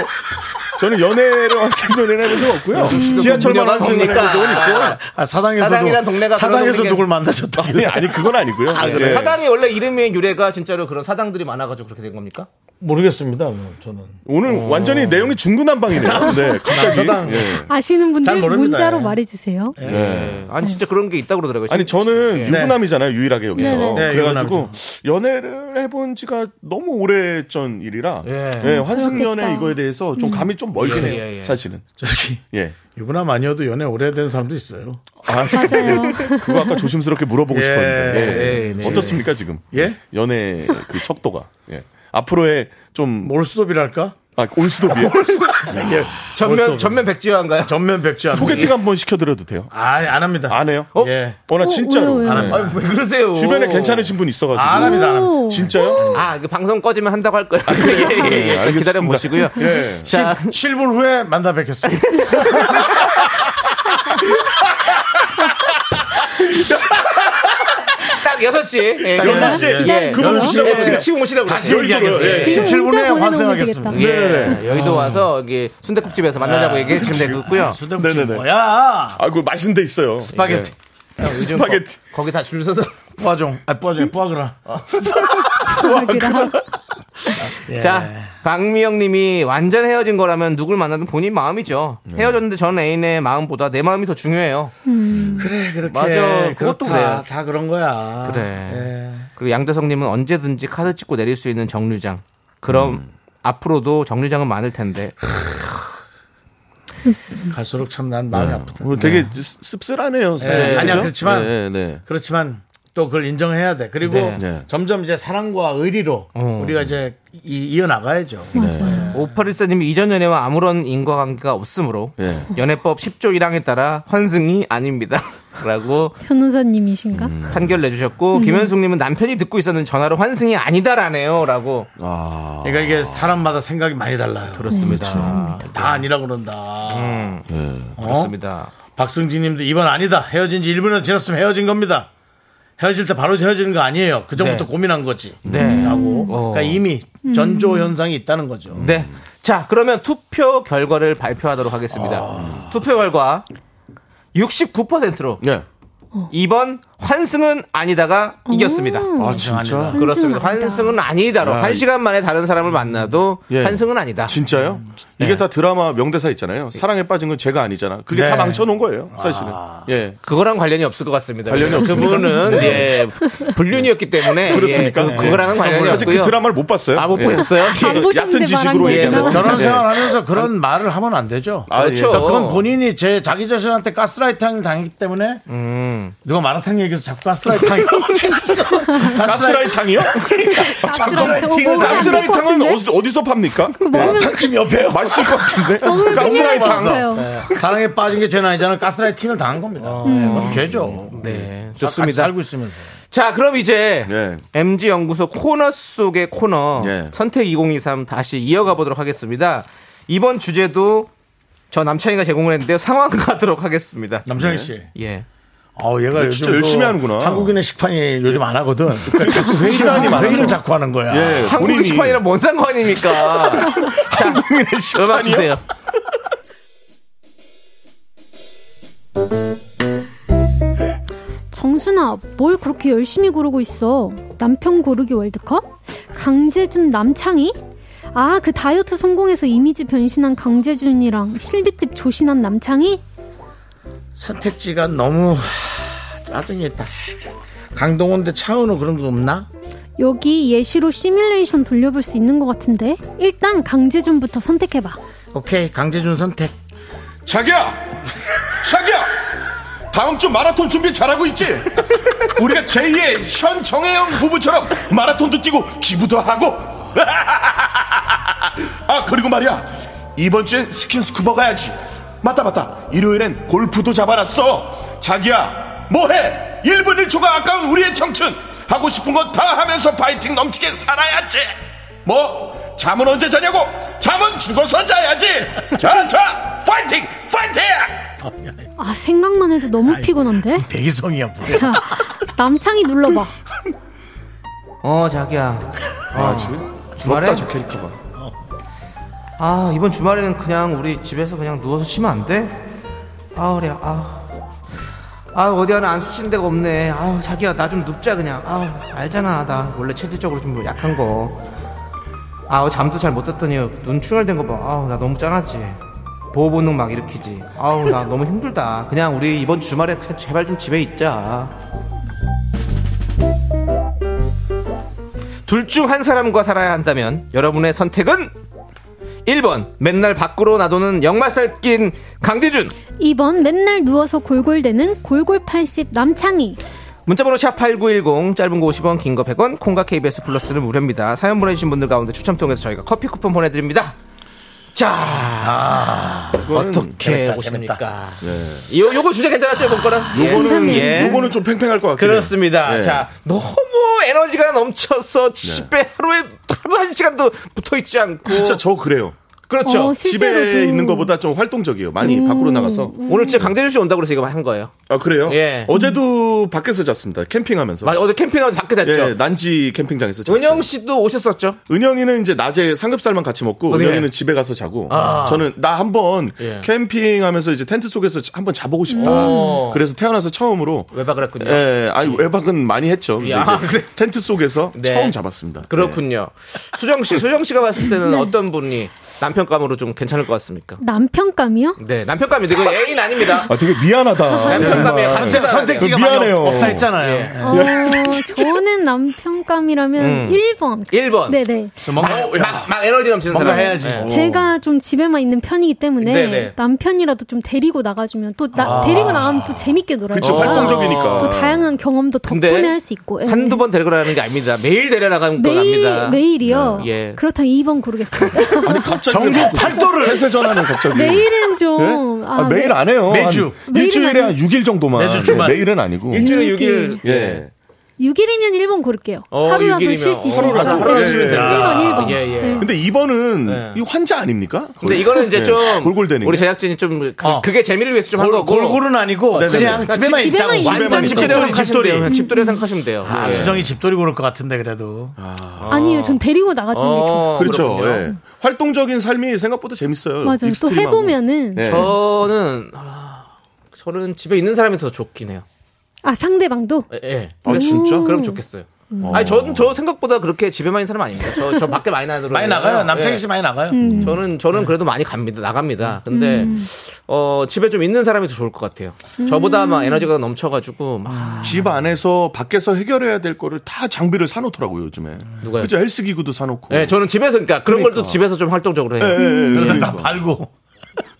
S10: 저는 연애를 환승을 해본 적 없고요. 지하철만
S1: 무녀가
S10: 환승을 해본
S1: 뭡니까?
S10: 적은 있고.
S1: 아, 사당에서도-
S2: 사당이란 동네가 그런
S1: 사당에서
S2: 동네가-
S1: 누굴 만나셨다.
S10: 아니 아니 그건 아니고요.
S2: 아,
S10: 예.
S2: 그래. 사당이 원래 이름의 유래가 진짜로 그런 사당들이 많아가지고 그렇게 된 겁니까?
S1: 모르겠습니다. 뭐, 저는
S10: 오늘 완전히 내용이 중구난방이네요. 네, 갑자기.
S1: 사당.
S10: 예.
S6: 아시는 분들
S10: 잘 모릅니다.
S6: 문자로
S10: 예.
S6: 말해주세요.
S10: 예.
S2: 아니 진짜 그런 게 있다고 그러더라고요.
S10: 아니 저는 유부남이잖아요 유일하게 여기서
S2: 네네. 네,
S10: 그래가지고 연애를 해본 지가 너무 오래 전 일이라
S1: 예.
S10: 예, 환승연애
S1: 그렇겠다.
S10: 이거에 대해서 좀 감이 좀 멀긴
S1: 예,
S10: 해요
S1: 예, 예.
S10: 사실은
S1: 저기
S10: 예
S1: 유부남 아니어도 연애 오래된 사람도 있어요.
S10: 아, 그거 아까 조심스럽게 물어보고
S1: 예.
S10: 싶었는데 예.
S1: 예, 네.
S10: 어떻습니까 지금
S1: 예?
S10: 연애 그 척도가 예. 앞으로의
S1: 뭐,
S10: 좀
S1: 올스톱이랄까
S10: 아 올스톱이요
S1: 예.
S2: 전면
S1: 벌써-
S2: 전면 백지화인가요?
S1: 전면 백지화
S10: 소개팅 한번 시켜드려도 돼요
S1: 아, 안 합니다.
S10: 안 해요
S1: 예.
S10: 어나 진짜로
S1: 왜요, 왜요?
S10: 안
S1: 안 합니다.
S10: 합니다.
S2: 아니, 왜 그러세요?
S10: 네. 주변에 괜찮으신 분 있어가지고
S1: 아.
S2: 안 합니다, 안 합니다.
S10: 진짜요?
S2: 아, 그 방송 꺼지면 한다고 할
S10: 아,
S2: 거예요. 예, 예, 예. 일단 기다려 보시고요.
S10: 예.
S2: 자,
S1: 7분 후에 만나 뵙겠습니다.
S2: 딱 6시. 예,
S1: 딱 여섯 시.
S2: 예.
S1: 그럼 오시라고
S2: 예, 지금
S1: 그래요.
S2: 지금 오시라고
S1: 다시
S2: 그래요.
S1: 얘기하겠어요.
S2: 예.
S1: 지금 17 분에 문자 보내는 환승하겠습니다. 아,
S2: 예.
S1: 분들이 있겠다. 네.
S2: 여의도
S1: 아.
S2: 와서 여기 순대국집에서 만나자고 얘기해 주시면 되겠고요.
S1: 순대국집 뭐야?
S10: 아, 그 맛있는 데 있어요. 예.
S1: 스파게티.
S2: 형, 요즘
S1: 스파게티.
S2: 거, 기 다 줄 서서
S1: 뿌아종. 아, 뿌아종. 뿌아그라.
S6: 아,
S1: 예.
S2: 자, 박미영 님이 완전 헤어진 거라면 누굴 만나든 본인 마음이죠. 헤어졌는데 전 애인의 마음보다 내 마음이 더 중요해요.
S1: 그래, 그렇게.
S2: 맞아. 그것도
S1: 그렇다.
S2: 그래요.
S1: 다 그런 거야.
S2: 그래. 그리고 양대성 님은 언제든지 카드 찍고 내릴 수 있는 정류장. 그럼 앞으로도 정류장은 많을 텐데.
S1: 예. 갈수록 참 난
S10: 네.
S1: 마음이 아프다. 네.
S10: 오늘 되게 씁쓸하네요. 사연이.
S1: 예. 아니야,
S10: 그죠?
S1: 그렇지만.
S10: 네, 네.
S1: 그렇지만 또 그걸 인정해야 돼. 그리고
S10: 네. 네.
S1: 점점 이제 사랑과 의리로
S2: 어. 음.
S1: 우리가 이제 이, 이어나가야죠.
S10: 네.
S2: 오팔일사님이 이전 연애와 아무런 인과관계가 없으므로
S10: 예.
S2: 연애법 10조 1항에 따라 환승이 아닙니다. 라고
S6: 변호사님이신가?
S10: 음.
S2: 판결 내주셨고
S6: 음.
S2: 김현숙님은 남편이 듣고 있었는 전화로 환승이 아니다라네요라고.
S1: 그러니까 이게 사람마다 생각이 많이 달라요. 음,
S2: 그렇습니다. 음.
S1: 다 아니라 그런다.
S2: 그렇습니다.
S1: 박승진 님도 이번 아니다. 헤어진 지 1분이나 지났으면 헤어진 겁니다. 헤어질 때 바로 헤어지는 거 아니에요. 그 전부터
S2: 네.
S1: 고민한 거지.
S2: 네.
S1: 라고. 그러니까 이미 전조 현상이 있다는 거죠.
S2: 네. 자, 그러면 투표 결과를 발표하도록 하겠습니다. 투표 결과 69%로
S10: 어. 네.
S2: 2번 환승은 아니다가 이겼습니다.
S10: 아, 진짜?
S2: 그렇습니다. 환승은 아니다로
S10: 야,
S2: 한
S10: 이-
S2: 시간 만에 다른 사람을 만나도
S10: 예.
S2: 환승은 아니다.
S10: 진짜요?
S1: 음, 네.
S10: 이게 다 드라마 명대사 있잖아요. 사랑에 빠진 건 제가 아니잖아. 그게
S2: 네.
S10: 다 망쳐놓은 거예요,
S1: 아.
S10: 사실은. 예.
S2: 그거랑 관련이 없을 것 같습니다.
S10: 관련이 없습니까?
S2: 그분은
S10: 네.
S2: 예, 불륜이었기 때문에
S10: 그렇습니까?
S2: 예, 그, 거랑은
S10: 예.
S2: 관련이
S10: 사실 그
S2: 없고요.
S10: 드라마를 못 봤어요.
S2: 아, 못
S10: 예.
S2: 보셨어요?
S10: 안 그래서 보셨는데 얕은 지식으로 말한 얘기하는
S6: 아,
S10: 거예요.
S1: 결혼
S10: 네.
S1: 생활하면서 그런
S2: 아.
S1: 말을 하면 안 되죠.
S10: 아, 그렇죠.
S1: 그러니까 그건 본인이 제 자기 자신한테 가스라이팅 당했기 때문에
S10: 음.
S1: 누가 마라탕 얘기해서 자꾸 가스라이팅이라고
S10: 가스라이탕이요? 아,
S1: 가스라이팅은
S6: 뭐
S10: 가스라이탕은 어디- 어디서 팝니까?
S2: 예.
S1: 먹으면- 탕집 옆에요.
S10: 맛있을 것 같은데.
S1: 먹으면
S10: 가스라이탕.
S1: 큰일 나요. 네. 사랑에 빠진 게 죄는 아니잖아. 가스라이팅을 당한 겁니다.
S10: 어.
S2: 네.
S1: 그건 죄죠.
S10: 아,
S2: 네.
S1: 자, 같이
S2: 좋습니다.
S1: 살고 있으면서.
S2: 자, 그럼 이제
S10: 예.
S2: MG 연구소 코너 속의 코너 선택 2023 다시 이어가 보도록 하겠습니다. 이번 주제도 저 남창희가 제공을 했는데 상황을 가도록 하겠습니다.
S1: 남창희 씨.
S2: 예.
S1: 아, 얘가
S10: 네.
S1: 요즘
S10: 진짜
S1: 또
S10: 열심히 하는구나.
S1: 한국인의 식판이 요즘 안 하거든. 그러니까 자꾸 회의를,
S10: 시간이 많아서.
S1: 회의를 자꾸 하는 거야.
S10: 예,
S2: 한국 식판이랑 뭔 상관입니까? 자, 음악 주세요.
S6: 정순아, 뭘 그렇게 열심히 고르고 있어? 남편 고르기 월드컵? 강재준 남창희? 아, 그 다이어트 성공해서 이미지 변신한 강재준이랑 실비집 조신한 남창희?
S1: 선택지가 너무 짜증이다. 강동원 대 차은우 그런 거 없나?
S6: 여기 예시로 시뮬레이션 돌려볼 수 있는 것 같은데? 일단 강재준부터 선택해봐.
S1: 오케이, 강재준 선택.
S10: 자기야! 자기야! 다음 주 마라톤 준비 잘하고 있지? 우리가 제2의 현 정혜영 부부처럼 마라톤도 뛰고 기부도 하고 아 그리고 말이야 이번 주엔 스킨스쿠버 가야지 맞다 맞다 일요일엔 골프도 잡아놨어 자기야 뭐해 1분 1초가 아까운 우리의 청춘 하고 싶은 거 다 하면서 파이팅 넘치게 살아야지 뭐 잠은 언제 자냐고 잠은 죽어서 자야지 자자 파이팅 파이팅
S6: 아, 생각만 해도 너무 피곤한데?
S1: 대기성이야, 뭐.
S6: 야, 남창희 눌러봐.
S2: 어, 자기야. 어, 주말에?
S10: 부럽다 저 캐릭터가
S2: 아, 이번 주말에는 그냥 우리 집에서 그냥 누워서 쉬면 안 돼? 아, 그래. 아. 아, 어디 하나 안 수신 데가 없네. 아, 자기야, 나 좀 눕자 그냥. 아, 알잖아. 나 원래 체질적으로 좀 약한 거. 아, 잠도 잘 못 잤더니 눈 충혈된 거 봐. 아, 나 너무 짠하지. 보호 본능 막 일으키지. 아우, 나 너무 힘들다. 그냥 우리 이번 주말에 그냥 제발 좀 집에 있자. 둘 중 한 사람과 살아야 한다면 여러분의 선택은 1번 맨날 밖으로 나도는 역마살 낀 강대준
S6: 2번 맨날 누워서 골골대는 골골80 남창희.
S2: 문자번호 샵8910 짧은 거 50원 긴 거 100원 콩과 KBS 플러스는 무료입니다 사연 보내주신 분들 가운데 추첨 통해서 저희가 커피 쿠폰 보내드립니다 자
S10: 아,
S2: 어떻게
S1: 재밌다,
S2: 오십니까 요, 요거 주제 괜찮았죠 이번 거는
S10: 예. 요거는 요거는 좀 팽팽할 것 같아요
S2: 그렇습니다
S10: 예. 네.
S2: 자 너무 에너지가 넘쳐서 집에 하루에 하루 한 시간도 붙어있지 않고
S10: 진짜 저 그래요
S2: 그렇죠. 어,
S10: 집에
S2: 실제로도. 음.
S10: 있는 것보다 좀 활동적이에요. 많이 밖으로 나가서.
S2: 오늘 진짜 강재준 씨 온다고 그래서 이거 한 거예요.
S10: 아 그래요?
S2: 예.
S10: 어제도 밖에서 잤습니다. 캠핑하면서.
S2: 맞아, 어제 캠핑하면서 밖에 잤죠.
S10: 네. 예, 난지 캠핑장에서 잤어요.
S2: 그렇죠. 은영 씨도 오셨었죠.
S10: 은영이는 이제 낮에 삼겹살만 같이 먹고
S2: 어, 네.
S10: 은영이는 집에 가서 자고
S2: 아.
S10: 저는 나 한번
S2: 예.
S10: 캠핑하면서 이제 텐트 속에서 자- 한번 자보고 싶다.
S2: 음.
S10: 그래서 태어나서 처음으로
S2: 외박을 했군요.
S10: 예, 아니 외박은 많이 했죠. 근데
S2: 야,
S10: 이제 텐트 속에서
S2: 네.
S10: 처음 잡았습니다.
S2: 그렇군요. 네. 수정 씨, 수정 씨가 봤을
S6: 네.
S2: 때는 어떤 분이 남편감으로 좀 괜찮을 것 같습니까?
S6: 남편감이요?
S2: 네, 남편감이 되게 애인 아닙니다.
S10: 아 되게 미안하다.
S2: 남편감이
S10: 정말.
S2: 각자
S1: 네,
S2: 선택지가
S10: 그 미안해요.
S1: 많이 없- 없다 했잖아요. 예.
S6: 어, 저는 남편감이라면
S10: 음.
S6: 1번.
S2: 1번.
S6: 네네.
S2: 막, 막, 막 에너지 넘치는
S1: 그 아, 뭔가
S2: 사람.
S1: 해야지. 뭐.
S2: 네.
S6: 제가 좀 집에만 있는 편이기 때문에
S2: 네네.
S6: 남편이라도 좀 데리고 나가주면 또
S2: 아.
S6: 나- 데리고 나가면 또 재밌게 놀아요.
S2: 그쵸, 활동적이니까.
S6: 또 다양한 경험도 덕분에
S2: 근데
S6: 할 수 있고. 예.
S2: 한두 번 데리고 가는 게 아닙니다. 매일 데려나가는 건
S6: 매일
S2: 아닙니다.
S6: 매일이요.
S2: 예.
S6: 그렇다면 2번 고르겠습니다.
S10: 전국 팔도를 태세 전환을 갑자기.
S6: 매일은 좀
S10: 예?
S6: 아,
S10: 아, 매일
S6: 네.
S10: 안 해요.
S1: 매주.
S10: 한 일주일에 한 6일 정도만.
S1: 매주 주말.
S10: 예, 매일은 아니고.
S2: 일주일에 6일.
S10: 예.
S6: 6일이면 1번 고를게요.
S10: 어,
S6: 하루라도 쉴
S10: 6일이면.
S6: 수 있으니까.
S10: 하루라도. 하루라도 쉬면
S6: 네.
S10: 돼요.
S6: 1번,
S10: 아,
S6: 1번.
S2: 예,
S10: 예. 근데 2번은
S2: 네.
S10: 이 환자 아닙니까?
S2: 근데 이거는 이제
S10: 네.
S2: 좀
S10: 골골대는
S2: 우리
S10: 게.
S2: 제작진이 좀 그, 게 재미를 위해서 좀 한 거고
S1: 골골은 아니고 그냥 집에만 있자고.
S2: 완전 집돌이 집돌이
S1: 집돌이.
S2: 집돌이 생각하시면 돼요.
S1: 아,
S2: 예.
S1: 수정이 집돌이 고를 것 같은데 그래도.
S6: 아니에요. 전 데리고 나가주는 게
S2: 어,
S6: 좋아요.
S10: 그렇죠. 예. 활동적인 삶이 생각보다 재밌어요.
S6: 맞아요. 또
S10: 익스트림하고.
S6: 해보면은
S10: 예.
S2: 저는 아, 저는 집에 있는 사람이 더 좋긴 해요.
S6: 아 상대방도
S2: 예, 예.
S6: 아, 진짜?
S2: 그럼 좋겠어요.
S6: 음.
S2: 아니 저는 저 생각보다 그렇게 집에 많이 있는 사람 아닙니다. 저, 저 밖에 많이 나가요. 예.
S1: 많이 나가요. 남창희 씨 많이 나가요. 음.
S2: 저는 저는 그래도 많이 갑니다. 나갑니다. 근데
S1: 음.
S2: 어 집에 좀 있는 사람이 더 좋을 것 같아요. 저보다
S6: 음.
S2: 막 에너지가 넘쳐가지고 막
S10: 집 안에서 밖에서 해결해야 될 거를 다 장비를 사놓더라고요 요즘에. 누가요? 그죠 헬스 기구도 사놓고.
S2: 네, 저는 집에서 그러니까 그런 걸 또
S10: 그러니까.
S2: 집에서 좀 활동적으로 해요.
S10: 예, 예, 예.
S2: 그래서
S10: 그러니까.
S2: 다
S1: 팔고.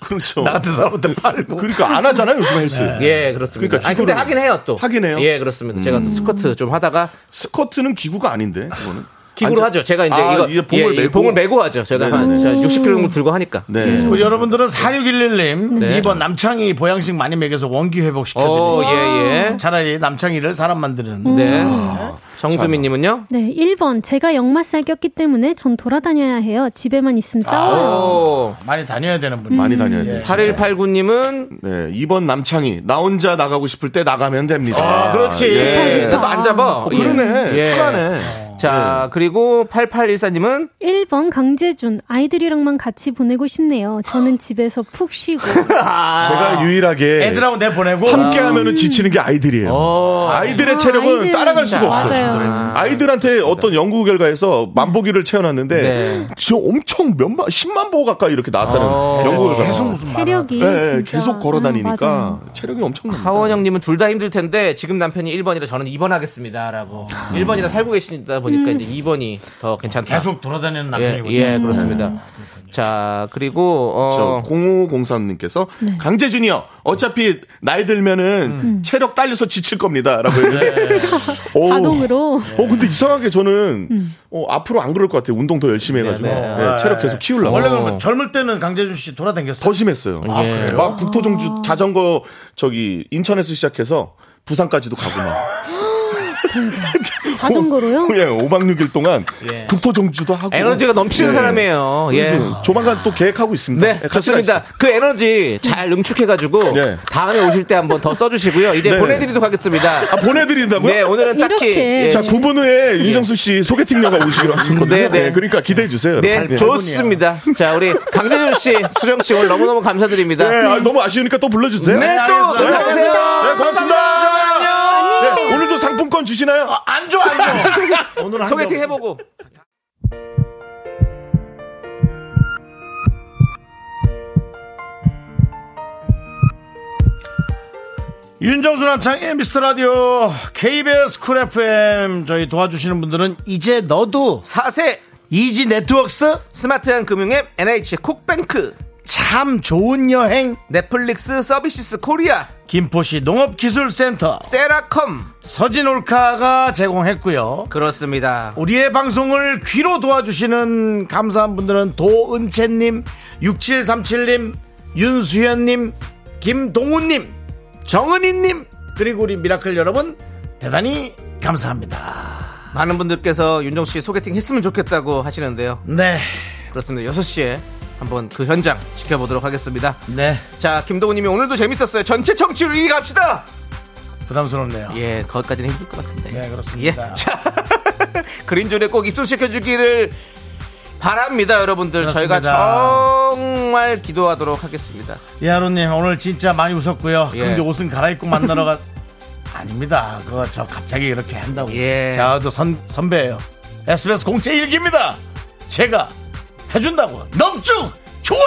S10: 그렇죠.
S2: 나 같은 사람한테
S1: 팔고.
S10: 그러니까 안 하잖아요 요즘 헬스.
S2: 예, 그렇습니다.
S10: 그러니까
S2: 아니, 근데
S10: 기구를- 음.
S2: 하긴 해요 또. 하긴 해요. 예, 그렇습니다. 제가 또 스쿼트 좀 하다가
S10: 스쿼트는 기구가 아닌데 그거는.
S2: 기구로 하죠. 제가 이제
S10: 아,
S2: 이거
S10: 이제 봉을
S2: 예, 이
S10: 메고? 네.
S2: 봉을 메고 하죠. 제가
S10: 네네네.
S2: 한
S10: 오.
S2: 60kg 정도 들고 하니까. 예.
S1: 우리 여러분들은 4611님
S2: 네.
S1: 2번 남창희 보양식 많이 먹여서 원기
S2: 오,
S10: 어.
S1: 회복시켜드리고
S10: 아.
S2: 예, 예.
S1: 차라리 남창희를 사람 만드는
S2: 네. 정수민 님은요?
S6: 네 1번 제가 역마살 꼈기 때문에 전 돌아다녀야 해요. 집에만 있으면
S10: 아.
S6: 싸워요.
S10: 어.
S1: 많이 예. 다녀야 되는 분.
S10: 많이 다녀야 돼요.
S2: 8189님은
S10: 네, 2번 남창희. 나 혼자 나가고 싶을 때 나가면 됩니다.
S2: 아, 그렇지.
S10: 예.
S2: 또안 잡아.
S10: 어, 그러네.
S2: 예.
S10: 편하네.
S2: 자, 그리고 8814님은
S6: 1번 강재준 아이들이랑만 같이 보내고 싶네요. 저는 집에서 푹 쉬고
S10: 제가 유일하게
S1: 애들하고 내 보내고
S10: 함께 하면은 지치는 게 아이들이에요. 아이들의
S6: 아,
S10: 체력은
S6: 아이들
S10: 따라갈
S6: 진짜.
S10: 수가 없어요. 네.
S6: 맞아요.
S10: 아이들한테 어떤 연구 결과에서 만보기를 채워놨는데 저 엄청 몇만 10만 보 가까이 이렇게 나왔다는 연구 결과.
S1: 계속
S10: 무슨
S6: 체력이 음, 진짜.
S10: 네, 예, 계속 걸어
S6: 아,
S10: 다니니까 체력이 엄청 나.
S2: 하원 형님은 둘 다 힘들 텐데 지금 남편이 1번이라 저는 2번 하겠습니다라고
S10: 아.
S2: 1번이라 살고 계시다 보니까 이제 2번이 더 괜찮다.
S1: 계속 돌아다니는 남편이군요.
S2: 예, 예, 그렇습니다.
S10: 음.
S2: 자, 그리고 어
S10: 저 0503님께서 그렇죠. 강재준이요. 어차피 나이 들면은 체력 딸려서 지칠 겁니다라고 했는데. 오.
S6: 자동으로
S10: 어 근데 이상하게 저는
S6: 음.
S10: 어, 앞으로 안 그럴 것 같아요. 운동 더 열심히 해가지고 네,
S2: 아,
S10: 체력
S2: 예.
S10: 계속 키우려고.
S1: 원래 그러면 젊을 때는 강재준 씨 돌아다녔어요.
S10: 더 심했어요. 예.
S1: 아, 그래요?
S10: 막
S6: 아.
S10: 국토종주 자전거 저기 인천에서 시작해서 부산까지도 가고 막.
S6: 자전거로요?
S10: 예, 5박 6일 동안
S2: 예.
S10: 국토종주도 하고.
S2: 에너지가 넘치는 사람이에요. 예.
S10: 그래서 조만간 또 계획하고 있습니다. 예,
S2: 네, 좋습니다. 그 에너지 잘 응축해가지고 다음에 오실 때 한번 더 써주시고요. 이제
S10: 네.
S2: 보내드리도록 하겠습니다.
S10: 아, 보내드린다고요?
S2: 네, 오늘은 딱히
S10: 이렇게. 자, 9분 후에 윤정수 씨 소개팅녀가 오시기로 하셨거든요.
S2: 네,
S10: 네,
S2: 네.
S10: 그러니까 기대해 주세요.
S2: 네,
S10: 여러분.
S2: 좋습니다. 자, 우리 강재준 씨, 수정 씨 오늘 너무너무 감사드립니다.
S10: 네, 아, 너무 아쉬우니까 또 불러주세요.
S2: 네, 또
S10: 알겠습니다.
S2: 연락 주세요.
S10: 네, 고맙습니다.
S2: 안녕.
S10: 네, 오늘도 상품권 주시나요?
S1: 아, 안 줘, 안 줘. 오늘
S2: 소개팅 해보고.
S1: 윤정수 남창의 미스터 라디오 KBS 쿨 FM 저희 도와주시는 분들은 이제 너도
S2: 사세
S1: 이지 네트웍스
S2: 스마트한 금융앱 NH 콕뱅크
S1: 참 좋은 여행
S2: 넷플릭스 서비스 코리아
S1: 김포시 농업기술센터
S2: 세라컴
S1: 서진올카가 제공했고요.
S2: 그렇습니다.
S1: 우리의 방송을 귀로 도와주시는 감사한 분들은 도은채님, 6737님, 윤수현님, 김동훈님, 정은희님, 그리고 우리 미라클 여러분, 대단히 감사합니다.
S2: 많은 분들께서 윤정수 씨 소개팅 했으면 좋겠다고 하시는데요.
S1: 네,
S2: 그렇습니다. 6시에 한번 그 현장 지켜보도록 하겠습니다.
S1: 네,
S2: 자, 김동우 님이 오늘도 재밌었어요. 전체 청취율 1위 갑시다!
S1: 부담스럽네요.
S2: 예, 거기까지는 힘들 것 같은데.
S1: 네,
S2: 예.
S1: 그렇습니다.
S2: 자, 그린존에 꼭 입소시켜주기를 바랍니다, 여러분들. 저희가
S1: 그렇습니다.
S2: 정말 기도하도록 하겠습니다.
S1: 예, 이하로님, 오늘 진짜 많이 웃었고요.
S2: 예.
S1: 근데 옷은 갈아입고 만나러 가, 아닙니다. 그거 저 갑자기 이렇게 한다고.
S2: 예.
S1: 저도 선, 선배예요. SBS 공채 일기입니다 제가 해준다고. 넘쭉! 좋아!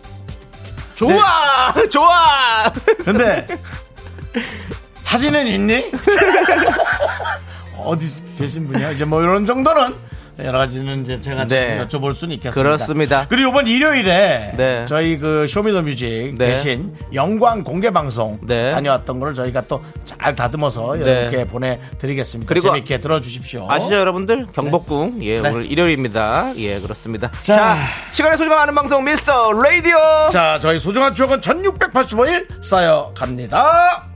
S2: 좋아!
S1: 네.
S2: 좋아!
S1: 근데 사진은 있니? 어디 계신 분이야? 이제 뭐 이런 정도는 여러 가지는 이제 제가
S2: 네.
S1: 좀 여쭤볼 수는 있겠습니다.
S2: 그렇습니다.
S1: 그리고 이번 일요일에
S2: 네.
S1: 저희 그 쇼미더뮤직
S2: 네.
S1: 대신 영광 공개 방송
S2: 네.
S1: 다녀왔던 거를 저희가 또 잘 다듬어서
S2: 네.
S1: 여러분께 보내드리겠습니다.
S2: 그리고
S1: 재밌게 들어주십시오.
S2: 아시죠, 여러분들? 경복궁. 예,
S1: 네.
S2: 오늘 일요일입니다. 예, 그렇습니다. 자,
S1: 자.
S2: 시간의 소중함 아는 방송, 미스터 라디오!
S1: 자, 저희 소중한 추억은 1685일 쌓여갑니다.